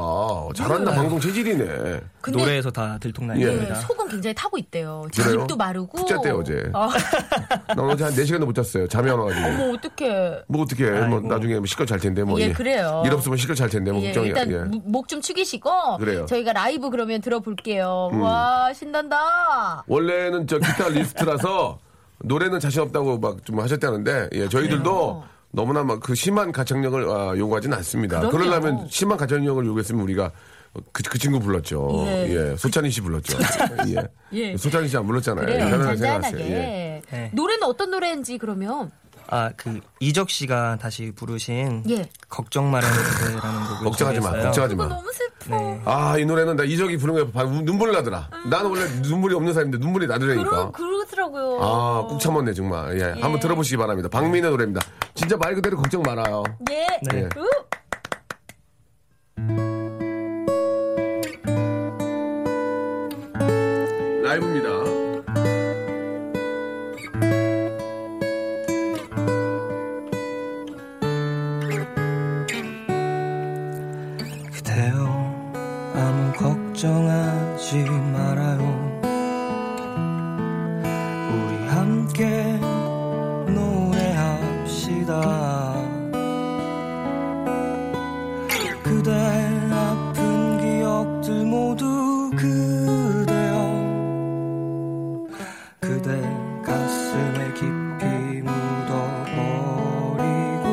[SPEAKER 1] 잘한다 방송 체질이네
[SPEAKER 3] 근데
[SPEAKER 4] 노래에서 다
[SPEAKER 3] 예,
[SPEAKER 4] 들통날입니다.
[SPEAKER 3] 속은 굉장히 타고 있대요. 지금
[SPEAKER 1] 그래요?
[SPEAKER 3] 입도 마르고.
[SPEAKER 1] 푹 잤대요, 어제.
[SPEAKER 3] 아,
[SPEAKER 1] 나 어제 한 4시간도 못 잤어요 잠이 안 와가지고
[SPEAKER 3] 뭐 어떡해.
[SPEAKER 1] 뭐 어떻게 뭐
[SPEAKER 4] 아이고.
[SPEAKER 1] 나중에 뭐 시끌 잘 텐데 뭐
[SPEAKER 3] 예, 그래요.
[SPEAKER 1] 일 없으면 시끌 잘 텐데 뭐
[SPEAKER 3] 예,
[SPEAKER 1] 걱정이야
[SPEAKER 3] 일단
[SPEAKER 1] 예.
[SPEAKER 3] 목 좀 축이시고
[SPEAKER 1] 그래요. 음.
[SPEAKER 3] 저희가 라이브 그러면 들어볼게요. 와 신난다.
[SPEAKER 1] 원래는 저 기타 리스트라서 노래는 자신 없다고 막 좀 하셨다는데
[SPEAKER 3] 어.
[SPEAKER 1] 예, 저희들도 너무나 막 그 심한 가창력을 아, 요구하진 않습니다.
[SPEAKER 3] 네. 그럼요.
[SPEAKER 1] 그러려면 심한 가창력을 요구했으면 우리가 그, 그 친구 불렀죠.
[SPEAKER 3] 예.
[SPEAKER 1] 예, 소찬희 씨 불렀죠. 예.
[SPEAKER 3] 예.
[SPEAKER 1] 소찬희 씨 안 불렀잖아요.
[SPEAKER 3] 그래요.
[SPEAKER 1] 편안하게
[SPEAKER 3] 잔잔하게.
[SPEAKER 1] 생각하세요. 예.
[SPEAKER 4] 네.
[SPEAKER 3] 노래는 어떤 노래인지 그러면
[SPEAKER 4] 아, 그 이적 씨가 다시 부르신
[SPEAKER 3] 예.
[SPEAKER 4] 걱정 말아요 그대라는 곡을
[SPEAKER 1] 걱정하지 마.
[SPEAKER 4] 준비했어요.
[SPEAKER 1] 걱정하지
[SPEAKER 3] 이거
[SPEAKER 1] 마.
[SPEAKER 3] 너무 슬퍼.
[SPEAKER 4] 네.
[SPEAKER 1] 아, 이 노래는 나 이적이 부른 거에 바- 눈물 나더라. 나는 원래 눈물이 없는 사람인데 눈물이 나더라니까.
[SPEAKER 3] 그러 그러더라고요.
[SPEAKER 1] 아, 꾹 참았네, 정말. 예. 한번 들어보시기 바랍니다. 박민의 노래입니다. 진짜 말 그대로 걱정 말아요.
[SPEAKER 3] 예.
[SPEAKER 4] 네.
[SPEAKER 3] 우!
[SPEAKER 1] 라이브입니다.
[SPEAKER 4] 그대요 아무 걱정하지 말아요 우리 함께 노래합시다 그대 아픈 기억들 모두 그대요 그대 가슴에 깊이 묻어버리고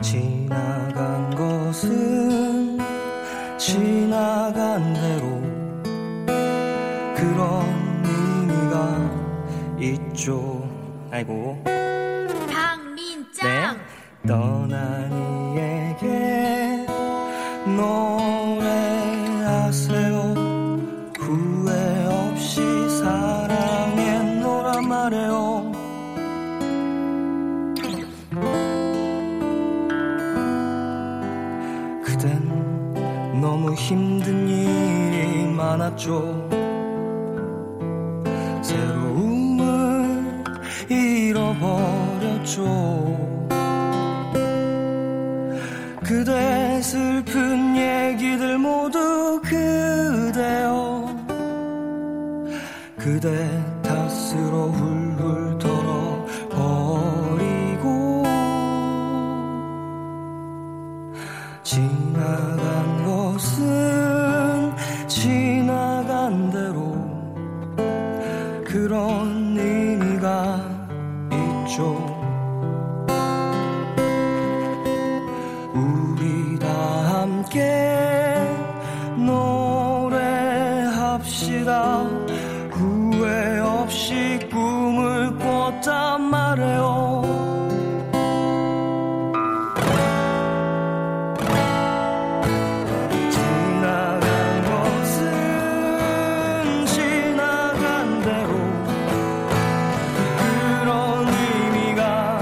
[SPEAKER 4] 지나간 것은 지나간 대로 그런 의미가 있죠. 아이고.
[SPEAKER 1] 네.
[SPEAKER 4] 네.
[SPEAKER 3] 박민짱.
[SPEAKER 4] 떠난 이에게 노래하세요. 후회 없이 사랑했노라 말해요. 그댄 너무 힘든 일이 많았죠. 새로움을 잃어버렸죠. 그대 슬픈 얘기들 모두 그대요. 그대 탓으로 훌훌 털어버리고 지나간 것은 지나간 대로 그런 의미가 있죠. 우리 다 함께 노래합시다. 후회 없이 꿈을 꿨단 말해요. 지나간 것은 지나간 대로 그런 의미가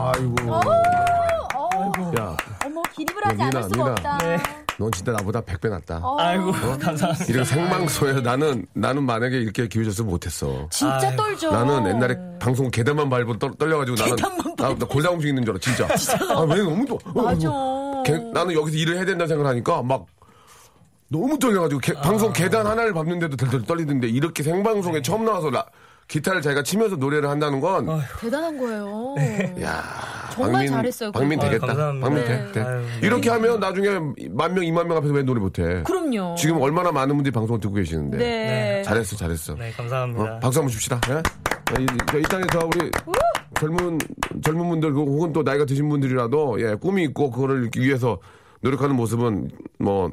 [SPEAKER 1] 아이고.
[SPEAKER 3] 어,
[SPEAKER 1] 야,
[SPEAKER 3] 어머 기립을 하지
[SPEAKER 1] 야,
[SPEAKER 3] 않을
[SPEAKER 1] 미나,
[SPEAKER 3] 수가
[SPEAKER 1] 미나.
[SPEAKER 3] 없다.
[SPEAKER 1] 넌 진짜 나보다 100배 낫다.
[SPEAKER 3] 어.
[SPEAKER 1] 어?
[SPEAKER 4] 아이고 감사합니다.
[SPEAKER 1] 이런 생방송에 나는 나는 만약에 이렇게 기회줬으면 못했어.
[SPEAKER 3] 진짜 떨죠.
[SPEAKER 1] 나는 옛날에 방송 계단만 밟고 떨, 떨려가지고 나는
[SPEAKER 3] 계단만
[SPEAKER 1] 나, 나 골다공증 있는 줄 알아 진짜. 아왜 너무 또 어,
[SPEAKER 3] 맞아.
[SPEAKER 1] 개- 나는 여기서 일을 해야 된다 생각을 하니까 막 너무 떨려가지고 개-
[SPEAKER 3] 아.
[SPEAKER 1] 방송 계단 하나를 밟는데도 덜덜 떨리던데 이렇게 생방송에 처음 나와서 라- 기타를 자기가 치면서 노래를 한다는 건
[SPEAKER 3] 대단한 거예요.
[SPEAKER 1] 야,
[SPEAKER 3] 정말 잘했어요,
[SPEAKER 1] 박민
[SPEAKER 4] 그거.
[SPEAKER 1] 되겠다.
[SPEAKER 4] 아유, 감사합니다.
[SPEAKER 1] 박민 돼. 돼.
[SPEAKER 4] 아유, 네.
[SPEAKER 1] 이렇게 하면 나중에 만 명, 이만 명 앞에서 왜 노래 못해?
[SPEAKER 3] 그럼요.
[SPEAKER 1] 지금 얼마나 많은 분들이 방송을 듣고 계시는데.
[SPEAKER 3] 네.
[SPEAKER 1] 잘했어, 잘했어.
[SPEAKER 4] 네
[SPEAKER 1] 어,
[SPEAKER 4] 감사합니다.
[SPEAKER 1] 박수 한번 줍시다. 예? 예, 이, 저, 이 땅에 저 우리 젊은 젊은 분들 그 혹은 또 나이가 드신 분들이라도 예, 꿈이 있고 그거를 이렇게 위해서 노력하는 모습은 뭐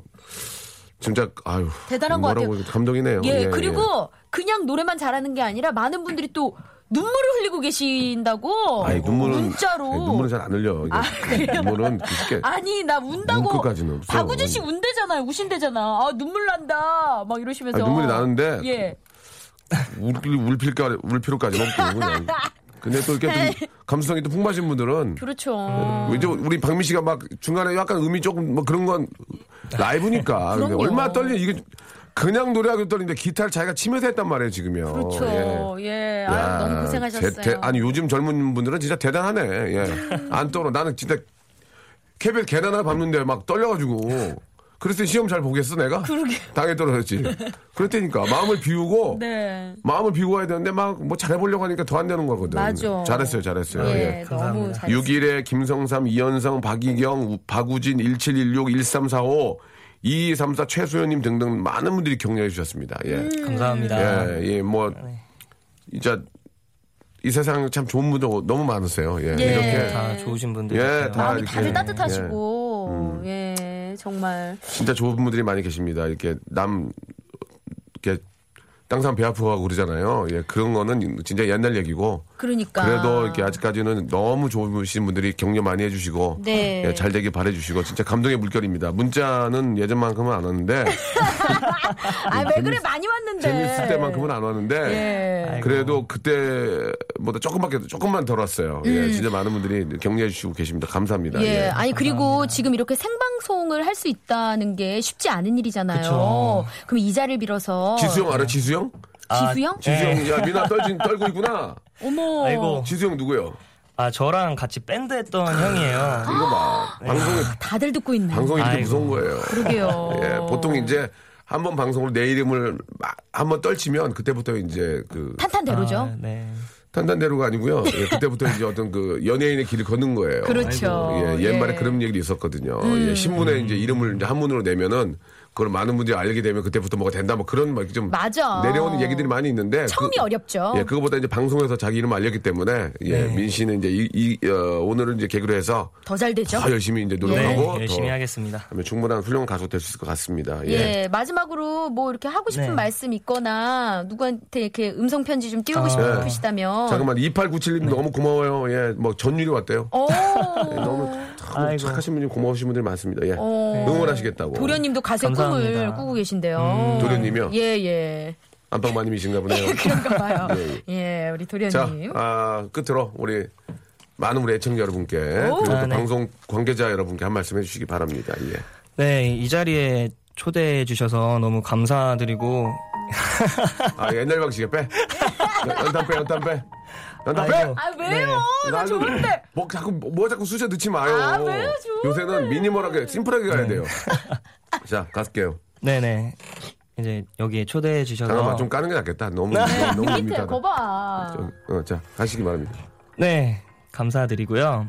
[SPEAKER 1] 진짜 아유
[SPEAKER 3] 대단한 것
[SPEAKER 1] 뭐라고
[SPEAKER 3] 같아요.
[SPEAKER 1] 감동이네요.
[SPEAKER 3] 예, 그리고 그냥 노래만 잘하는 게 아니라 많은 분들이 또 눈물을 흘리고 계신다고.
[SPEAKER 1] 아니, 눈물은
[SPEAKER 3] 문자로.
[SPEAKER 1] 아니, 눈물은 잘 안 흘려. 이게.
[SPEAKER 3] 어, 아, 그래요?
[SPEAKER 1] 눈물은 쉽게
[SPEAKER 3] 아니 나 운다고
[SPEAKER 1] 눈물까지는 없어.
[SPEAKER 3] 박우진 씨 운대잖아요 우신대잖아 아 눈물 난다 막 이러시면서
[SPEAKER 1] 아니, 눈물이 나는데
[SPEAKER 3] 예
[SPEAKER 1] 울필 울필까 울필요까지 없고 그냥. 근데 또 이렇게
[SPEAKER 3] 네.
[SPEAKER 1] 좀 감수성이 또 풍부하신 분들은
[SPEAKER 3] 그렇죠
[SPEAKER 1] 이제 우리 박민 씨가 막 중간에 약간 음이 조금 뭐 그런 건 라이브니까 근데
[SPEAKER 3] 그럼요.
[SPEAKER 1] 얼마나 떨리 이게 그냥 노래하기 떨리는데 기타를 자기가 치면서 했단 말이에요 지금요.
[SPEAKER 3] 그렇죠 예아
[SPEAKER 1] 어, 야,
[SPEAKER 3] 너무 고생하셨어요
[SPEAKER 1] 제- 대- 아니 요즘 젊은 분들은 진짜 대단하네. 예. 안 떨어. 나는 진짜 KBS 계단 하나 밟는데 막 떨려가지고. 그랬더니 시험 잘 보겠어 내가?
[SPEAKER 3] 그러게.
[SPEAKER 1] 당에 떨어졌지. 그랬다니까 마음을 비우고
[SPEAKER 3] 네
[SPEAKER 1] 마음을 비우고 해야 되는데 막 뭐 잘해보려고 하니까 더 안 되는 거거든.
[SPEAKER 3] 맞아.
[SPEAKER 1] 잘했어요, 잘했어요.
[SPEAKER 3] 예,
[SPEAKER 1] 예.
[SPEAKER 3] 너무
[SPEAKER 4] 감사합니다.
[SPEAKER 3] 잘했어요
[SPEAKER 1] 6일에 김성삼, 이현성, 박이경, 우- 박우진, 1716, 1345, 2234, 최수연님 등등 많은 분들이 격려해 주셨습니다. 예.
[SPEAKER 4] 감사합니다.
[SPEAKER 1] 예, 예, 뭐, 진짜, 이 세상 참 좋은 분들 너무 많으세요. 예. 이렇게.
[SPEAKER 4] 다 좋으신 분들.
[SPEAKER 1] 예, 다
[SPEAKER 3] 마음이 다들
[SPEAKER 1] 이렇게,
[SPEAKER 3] 따뜻하시고 예, 정말
[SPEAKER 1] 예, 진짜 좋은 분들이 많이 계십니다. 이렇게 남, 이렇게 땅상 배 아프고 하고 그러잖아요. 예, 그런 거는 진짜 옛날 얘기고.
[SPEAKER 3] 그러니까
[SPEAKER 1] 그래도 이렇게 아직까지는 너무 좋으신 분들이 격려 많이 해주시고
[SPEAKER 3] 네.
[SPEAKER 1] 예, 잘 되길 바래주시고 진짜 감동의 물결입니다. 문자는 예전만큼은 안
[SPEAKER 3] 네.
[SPEAKER 1] 왔는데
[SPEAKER 3] 아왜 그래 많이 왔는데
[SPEAKER 1] 재밌을 때만큼은 안
[SPEAKER 3] 예.
[SPEAKER 1] 왔는데
[SPEAKER 4] 아이고.
[SPEAKER 1] 그래도 그때보다 조금밖에 조금만 덜 왔어요. 예, 진짜 많은 분들이 격려해 주시고 계십니다. 감사합니다.
[SPEAKER 3] 음. 예,
[SPEAKER 1] 예.
[SPEAKER 3] 아니 그리고 지금 이렇게 생방송을 할 수 있다는 게 쉽지 않은 일이잖아요.
[SPEAKER 4] 그쵸.
[SPEAKER 3] 그럼이 자리를 빌어서
[SPEAKER 1] 지수형 알아? 지수형?
[SPEAKER 3] 지수형? 예.
[SPEAKER 4] 네.
[SPEAKER 1] 지수형 야 미나 떨진 떨고 있구나.
[SPEAKER 3] 어머.
[SPEAKER 4] 아이고
[SPEAKER 1] 지수형 누구예요?
[SPEAKER 4] 아 저랑 같이 밴드 했던 형이에요.
[SPEAKER 1] 이거 봐 방송이
[SPEAKER 3] 다들 듣고 있네.
[SPEAKER 1] 방송이 이렇게
[SPEAKER 4] 네. 아이고.
[SPEAKER 1] 무서운 거예요.
[SPEAKER 3] 그러게요.
[SPEAKER 1] 예, 보통 이제 한 번 방송으로 내 이름을 막 한번 떨치면 그때부터 이제 그
[SPEAKER 3] 탄탄대로죠.
[SPEAKER 4] 아, 네.
[SPEAKER 1] 탄탄대로가 아니고요. 예, 그때부터 이제 어떤 그 연예인의 길을 걷는 거예요.
[SPEAKER 3] 그렇죠. 음.
[SPEAKER 1] 예, 옛말에 그런 얘기도 있었거든요. 예, 신문에 이제 이름을 이제 한문으로 내면은 그걸 많은 분들이 알게 되면 그때부터 뭐가 된다 뭐 그런 막 좀
[SPEAKER 3] 맞아.
[SPEAKER 1] 내려오는 얘기들이 많이 있는데
[SPEAKER 3] 처음이
[SPEAKER 1] 그-
[SPEAKER 3] 어렵죠.
[SPEAKER 1] 예, 그거보다 이제 방송에서 자기 이름 알렸기 때문에 예,
[SPEAKER 3] 네.
[SPEAKER 1] 민 씨는 이제 이, 이- 어, 오늘은 이제 개그로 해서
[SPEAKER 3] 더 잘 되죠.
[SPEAKER 1] 더 열심히 이제
[SPEAKER 4] 네,
[SPEAKER 1] 노력하고
[SPEAKER 4] 열심히
[SPEAKER 1] 더
[SPEAKER 4] 하겠습니다.
[SPEAKER 1] 하면 충분한 훌륭한 가수 될 수 있을 것 같습니다.
[SPEAKER 3] 예. 마지막으로 뭐 이렇게 하고 싶은
[SPEAKER 4] 네.
[SPEAKER 3] 말씀 있거나 누구한테 이렇게 음성 편지 좀 띄우고
[SPEAKER 1] 네.
[SPEAKER 3] 싶으시다면.
[SPEAKER 1] 잠깐만 2897님
[SPEAKER 4] 네.
[SPEAKER 1] 너무 고마워요. 예, 뭐 전율이 왔대요.
[SPEAKER 3] 오.
[SPEAKER 1] 예, 너무 참
[SPEAKER 4] 아이고.
[SPEAKER 1] 착하신 분이 고마우신 분들이 많습니다. 예.
[SPEAKER 3] 어.
[SPEAKER 1] 응원하시겠다고.
[SPEAKER 3] 도련님도 가세 꿈을
[SPEAKER 4] 감사합니다.
[SPEAKER 3] 꾸고 계신데요.
[SPEAKER 1] 음. 도련님이요?
[SPEAKER 3] 예, 예.
[SPEAKER 1] 안방마님이신가 보네요.
[SPEAKER 3] 그런가 봐요. 예, 우리
[SPEAKER 1] 자,
[SPEAKER 3] 도련님.
[SPEAKER 1] 아, 끝으로 우리 많은 우리 애청자 여러분께 그리고 또
[SPEAKER 4] 아, 네.
[SPEAKER 1] 방송 관계자 여러분께 한 말씀 해주시기 바랍니다. 예.
[SPEAKER 4] 네, 이 자리에 초대해 주셔서 너무 감사드리고
[SPEAKER 1] 아, 옛날 방식에 빼. 연탄 빼, 연탄 빼. 연탄 빼!
[SPEAKER 4] 아이고,
[SPEAKER 3] 아
[SPEAKER 1] 네.
[SPEAKER 3] 왜요? 나
[SPEAKER 1] 나는
[SPEAKER 3] 좋은데.
[SPEAKER 1] 뭐 자꾸 뭐 자꾸 수저 넣지 마요.
[SPEAKER 3] 아, 왜요? 좋은데.
[SPEAKER 1] 요새는 미니멀하게 심플하게
[SPEAKER 4] 네.
[SPEAKER 1] 가야 돼요. 자, 갈게요.
[SPEAKER 4] 네네 이제 여기에 초대해 주셔서
[SPEAKER 1] 잠깐만 좀 까는 게 낫겠다. 너무
[SPEAKER 4] 네.
[SPEAKER 1] 너무
[SPEAKER 3] 밑에
[SPEAKER 1] 밋밋하다.
[SPEAKER 3] 거봐.
[SPEAKER 1] 어, 자, 가시기 바랍니다.
[SPEAKER 4] 네 감사드리고요.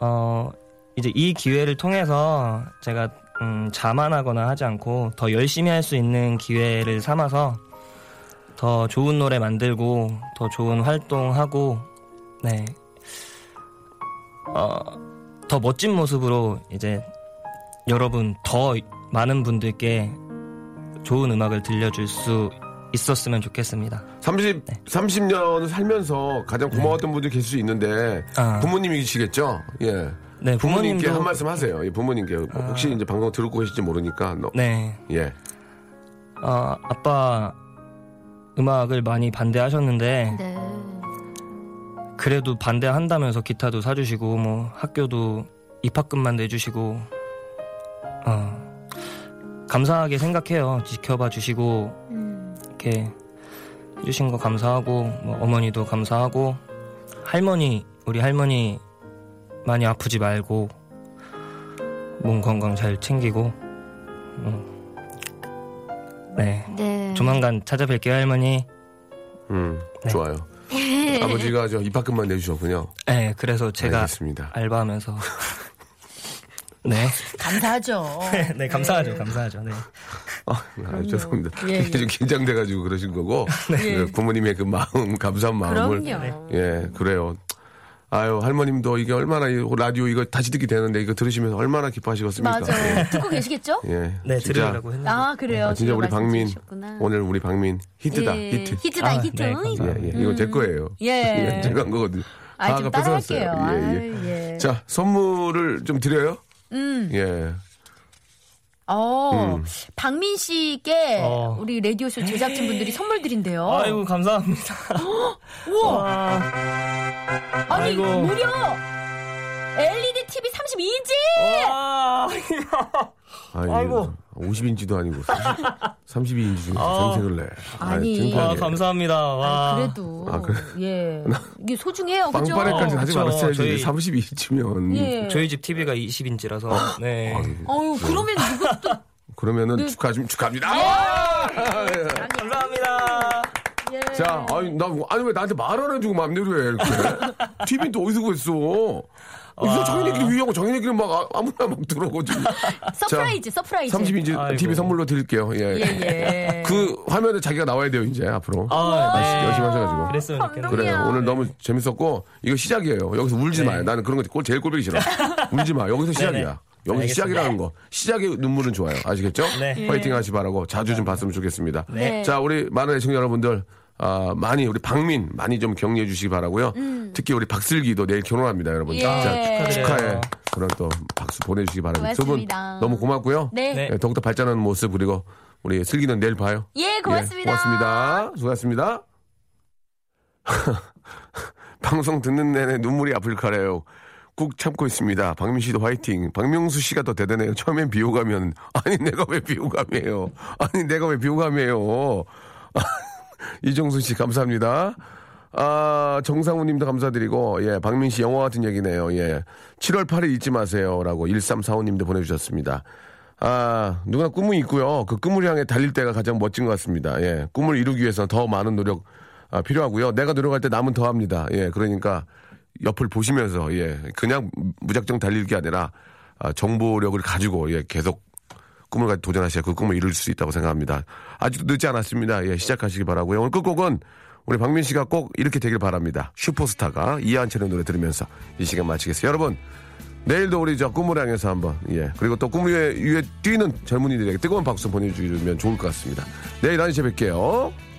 [SPEAKER 4] 어 이제 이 기회를 통해서 제가 음, 자만하거나 하지 않고 더 열심히 할 수 있는 기회를 삼아서 더 좋은 노래 만들고 더 좋은 활동하고 네. 어, 더 멋진 모습으로 이제 여러분 더 많은 분들께 좋은 음악을 들려줄 수 있었으면 좋겠습니다.
[SPEAKER 1] 30,
[SPEAKER 4] 네.
[SPEAKER 1] 30년을 살면서 가장 고마웠던 분들이 계실 수 있는데
[SPEAKER 4] 아.
[SPEAKER 1] 부모님이시겠죠? 예.
[SPEAKER 4] 네,
[SPEAKER 1] 부모님께
[SPEAKER 4] 부모님도- 아.
[SPEAKER 1] 한 말씀 하세요. 예, 부모님께 혹시 이제 방송 들고 계실지 모르니까 너-
[SPEAKER 4] 네.
[SPEAKER 1] 예.
[SPEAKER 4] 아, 아빠 음악을 많이 반대하셨는데
[SPEAKER 3] 네.
[SPEAKER 4] 그래도 반대한다면서 기타도 사주시고 뭐 학교도 입학금만 내주시고 어, 감사하게 생각해요. 지켜봐 주시고 이렇게 해주신 거 감사하고 뭐 어머니도 감사하고 할머니 우리 할머니 많이 아프지 말고 몸 건강 잘 챙기고 음. 네
[SPEAKER 8] 네.
[SPEAKER 4] 조만간 찾아뵐게요 할머니.
[SPEAKER 1] 음, 좋아요.
[SPEAKER 3] 네.
[SPEAKER 1] 아버지가 저 입학금만 내주셨군요.
[SPEAKER 4] 네 그래서 제가 아,
[SPEAKER 1] 알겠습니다.
[SPEAKER 4] 알바하면서 네.
[SPEAKER 3] 감사하죠.
[SPEAKER 4] 네, 감사하죠, 감사하죠. 네.
[SPEAKER 1] 아, 죄송합니다.
[SPEAKER 3] 예, 예.
[SPEAKER 1] 이게 좀 긴장돼가지고 그러신 거고
[SPEAKER 3] 네.
[SPEAKER 1] 그 부모님의 그 마음 감사한 마음을
[SPEAKER 3] 그럼요.
[SPEAKER 4] 네.
[SPEAKER 1] 예 그래요. 아유 할머님도 이게 얼마나 이 라디오 이거 다시 듣게 되는데 이거 들으시면서 얼마나 기뻐하시겠습니까?
[SPEAKER 3] 맞아. 듣고 계시겠죠?
[SPEAKER 1] 예, 예,
[SPEAKER 4] 네,
[SPEAKER 1] 진짜,
[SPEAKER 4] 들으려고 했는데.
[SPEAKER 3] 아 그래요.
[SPEAKER 1] 아, 진짜 우리
[SPEAKER 3] 말씀
[SPEAKER 1] 박민
[SPEAKER 3] 주셨구나.
[SPEAKER 1] 오늘 우리 박민 히트다
[SPEAKER 3] 예,
[SPEAKER 1] 히트.
[SPEAKER 3] 히트다
[SPEAKER 4] 아,
[SPEAKER 3] 히트.
[SPEAKER 4] 네,
[SPEAKER 1] 예,
[SPEAKER 4] 감사합니다.
[SPEAKER 1] 예, 이거 제 거예요.
[SPEAKER 3] 예.
[SPEAKER 1] 제가 한 거거든요.
[SPEAKER 3] 아, 좀
[SPEAKER 1] 아까 뺏어갔어요.
[SPEAKER 3] 따라할게요.
[SPEAKER 1] 예, 예.
[SPEAKER 3] 아유, 예.
[SPEAKER 1] 자 선물을 좀 드려요.
[SPEAKER 3] 음.
[SPEAKER 1] 예.
[SPEAKER 3] 어,
[SPEAKER 1] 음.
[SPEAKER 3] 박민 씨께
[SPEAKER 4] 어.
[SPEAKER 3] 우리 라디오쇼 제작진 분들이 선물 드린대요.
[SPEAKER 4] 아이고, 감사합니다.
[SPEAKER 3] 우와,
[SPEAKER 4] 와,
[SPEAKER 3] 아니
[SPEAKER 4] 아이고.
[SPEAKER 3] 무려 LED TV 32인치.
[SPEAKER 4] 와.
[SPEAKER 1] 아, 이고
[SPEAKER 4] 아이고.
[SPEAKER 1] 50인치도 아니고 30, 32인치 중에
[SPEAKER 4] 아.
[SPEAKER 1] 생색을 내. 아,
[SPEAKER 3] 아니.
[SPEAKER 4] 와,
[SPEAKER 1] 창피하게.
[SPEAKER 4] 감사합니다. 와.
[SPEAKER 3] 아, 그래도
[SPEAKER 1] 아, 그래.
[SPEAKER 3] 예 이게 소중해요, 그죠?
[SPEAKER 1] 빵빠레까지 음, 하지
[SPEAKER 4] 그쵸,
[SPEAKER 1] 말았어야지.
[SPEAKER 4] 저희-
[SPEAKER 1] 32인치면.
[SPEAKER 3] 예.
[SPEAKER 4] 저희 집 TV가 20인치라서, 네.
[SPEAKER 1] 음.
[SPEAKER 3] 어유 그러면 누구 또
[SPEAKER 1] 그러면은 축하 좀 축하합니다. 아!
[SPEAKER 4] 감사합니다.
[SPEAKER 1] 자, 아니, 나, 뭐, 아니, 왜 나한테 말 안 해주고 맘대로 해, 이렇게. TV는 또 어디서 구했어? 어, 이거 정인이끼리 위하고 정인이끼리 막 아- 아무나 막 들어오고 지금.
[SPEAKER 3] 서프라이즈, 서프라이즈.
[SPEAKER 1] 30인치
[SPEAKER 4] 아이고.
[SPEAKER 1] TV 선물로 드릴게요. 예.
[SPEAKER 3] 예.
[SPEAKER 1] 그 화면에 자기가 나와야 돼요, 이제 앞으로.
[SPEAKER 4] 아,
[SPEAKER 1] 네, 열심히- 열심히 하셔가지고.
[SPEAKER 4] 그랬으면 좋겠네요. 네.
[SPEAKER 1] 그래요. 오늘 너무 재밌었고 이거 시작이에요. 여기서 울지 마요. 나는 그런 거 꼴- 제일 꼴보기 싫어. 울지 마. 여기서 시작이야. 여기서
[SPEAKER 4] 알겠습니다.
[SPEAKER 1] 시작이라는 거. 시작의 눈물은 좋아요. 아시겠죠?
[SPEAKER 4] 네.
[SPEAKER 1] 파이팅 하시 바라고 자주 좀 봤으면 좋겠습니다.
[SPEAKER 3] 네.
[SPEAKER 1] 자, 우리 많은 애청자 여러분들 아, 많이 우리 박민 많이 좀 격려해 주시기 바라고요. 특히 우리 박슬기도 내일 결혼합니다, 여러분.
[SPEAKER 3] 음. 예.
[SPEAKER 1] 자,
[SPEAKER 4] 축하드려요.
[SPEAKER 1] 축하해. 그런 또 박수 보내주시기 바랍니다. 두 분
[SPEAKER 3] 고맙습니다.
[SPEAKER 1] 너무 고맙고요.
[SPEAKER 3] 네.
[SPEAKER 4] 네.
[SPEAKER 1] 예, 더욱더 발전하는 모습 그리고 우리 슬기는 내일 봐요.
[SPEAKER 3] 예, 고맙습니다.
[SPEAKER 1] 예, 고맙습니다. 수고하셨습니다. 방송 듣는 내내 눈물이 아플 카래요. 꾹 참고 있습니다. 박민 씨도 화이팅. 박명수 씨가 더 대단해요. 처음엔 비호감이었는데. 아니, 내가 왜 비호감이에요? 아니, 내가 왜 비호감이에요? 이정수 씨, 감사합니다. 아, 정상우 님도 감사드리고, 예, 박민 씨 영화 같은 얘기네요. 예. 7월 8일 잊지 마세요. 라고 1345 님도 보내주셨습니다. 아, 누구나 꿈은 있고요. 그 꿈을 향해 달릴 때가 가장 멋진 것 같습니다. 예. 꿈을 이루기 위해서 더 많은 노력 아, 필요하고요. 내가 노력할 때 남은 더 합니다. 예. 그러니까 옆을 보시면서, 예. 그냥 무작정 달릴 게 아니라, 아, 정보력을 가지고, 예. 계속 꿈을 가지고 도전하셔야 그 꿈을 이룰 수 있다고 생각합니다. 아직도 늦지 않았습니다. 예, 시작하시기 바라고요. 오늘 끝곡은 우리 박민 씨가 꼭 이렇게 되길 바랍니다. 슈퍼스타가 이한철의 노래 들으면서 이 시간 마치겠습니다. 여러분 내일도 우리 저 꿈을 향해서 한번 예 그리고 또 꿈을 위해, 위에 뛰는 젊은이들에게 뜨거운 박수 보내주면 좋을 것 같습니다. 내일 1시에 뵐게요.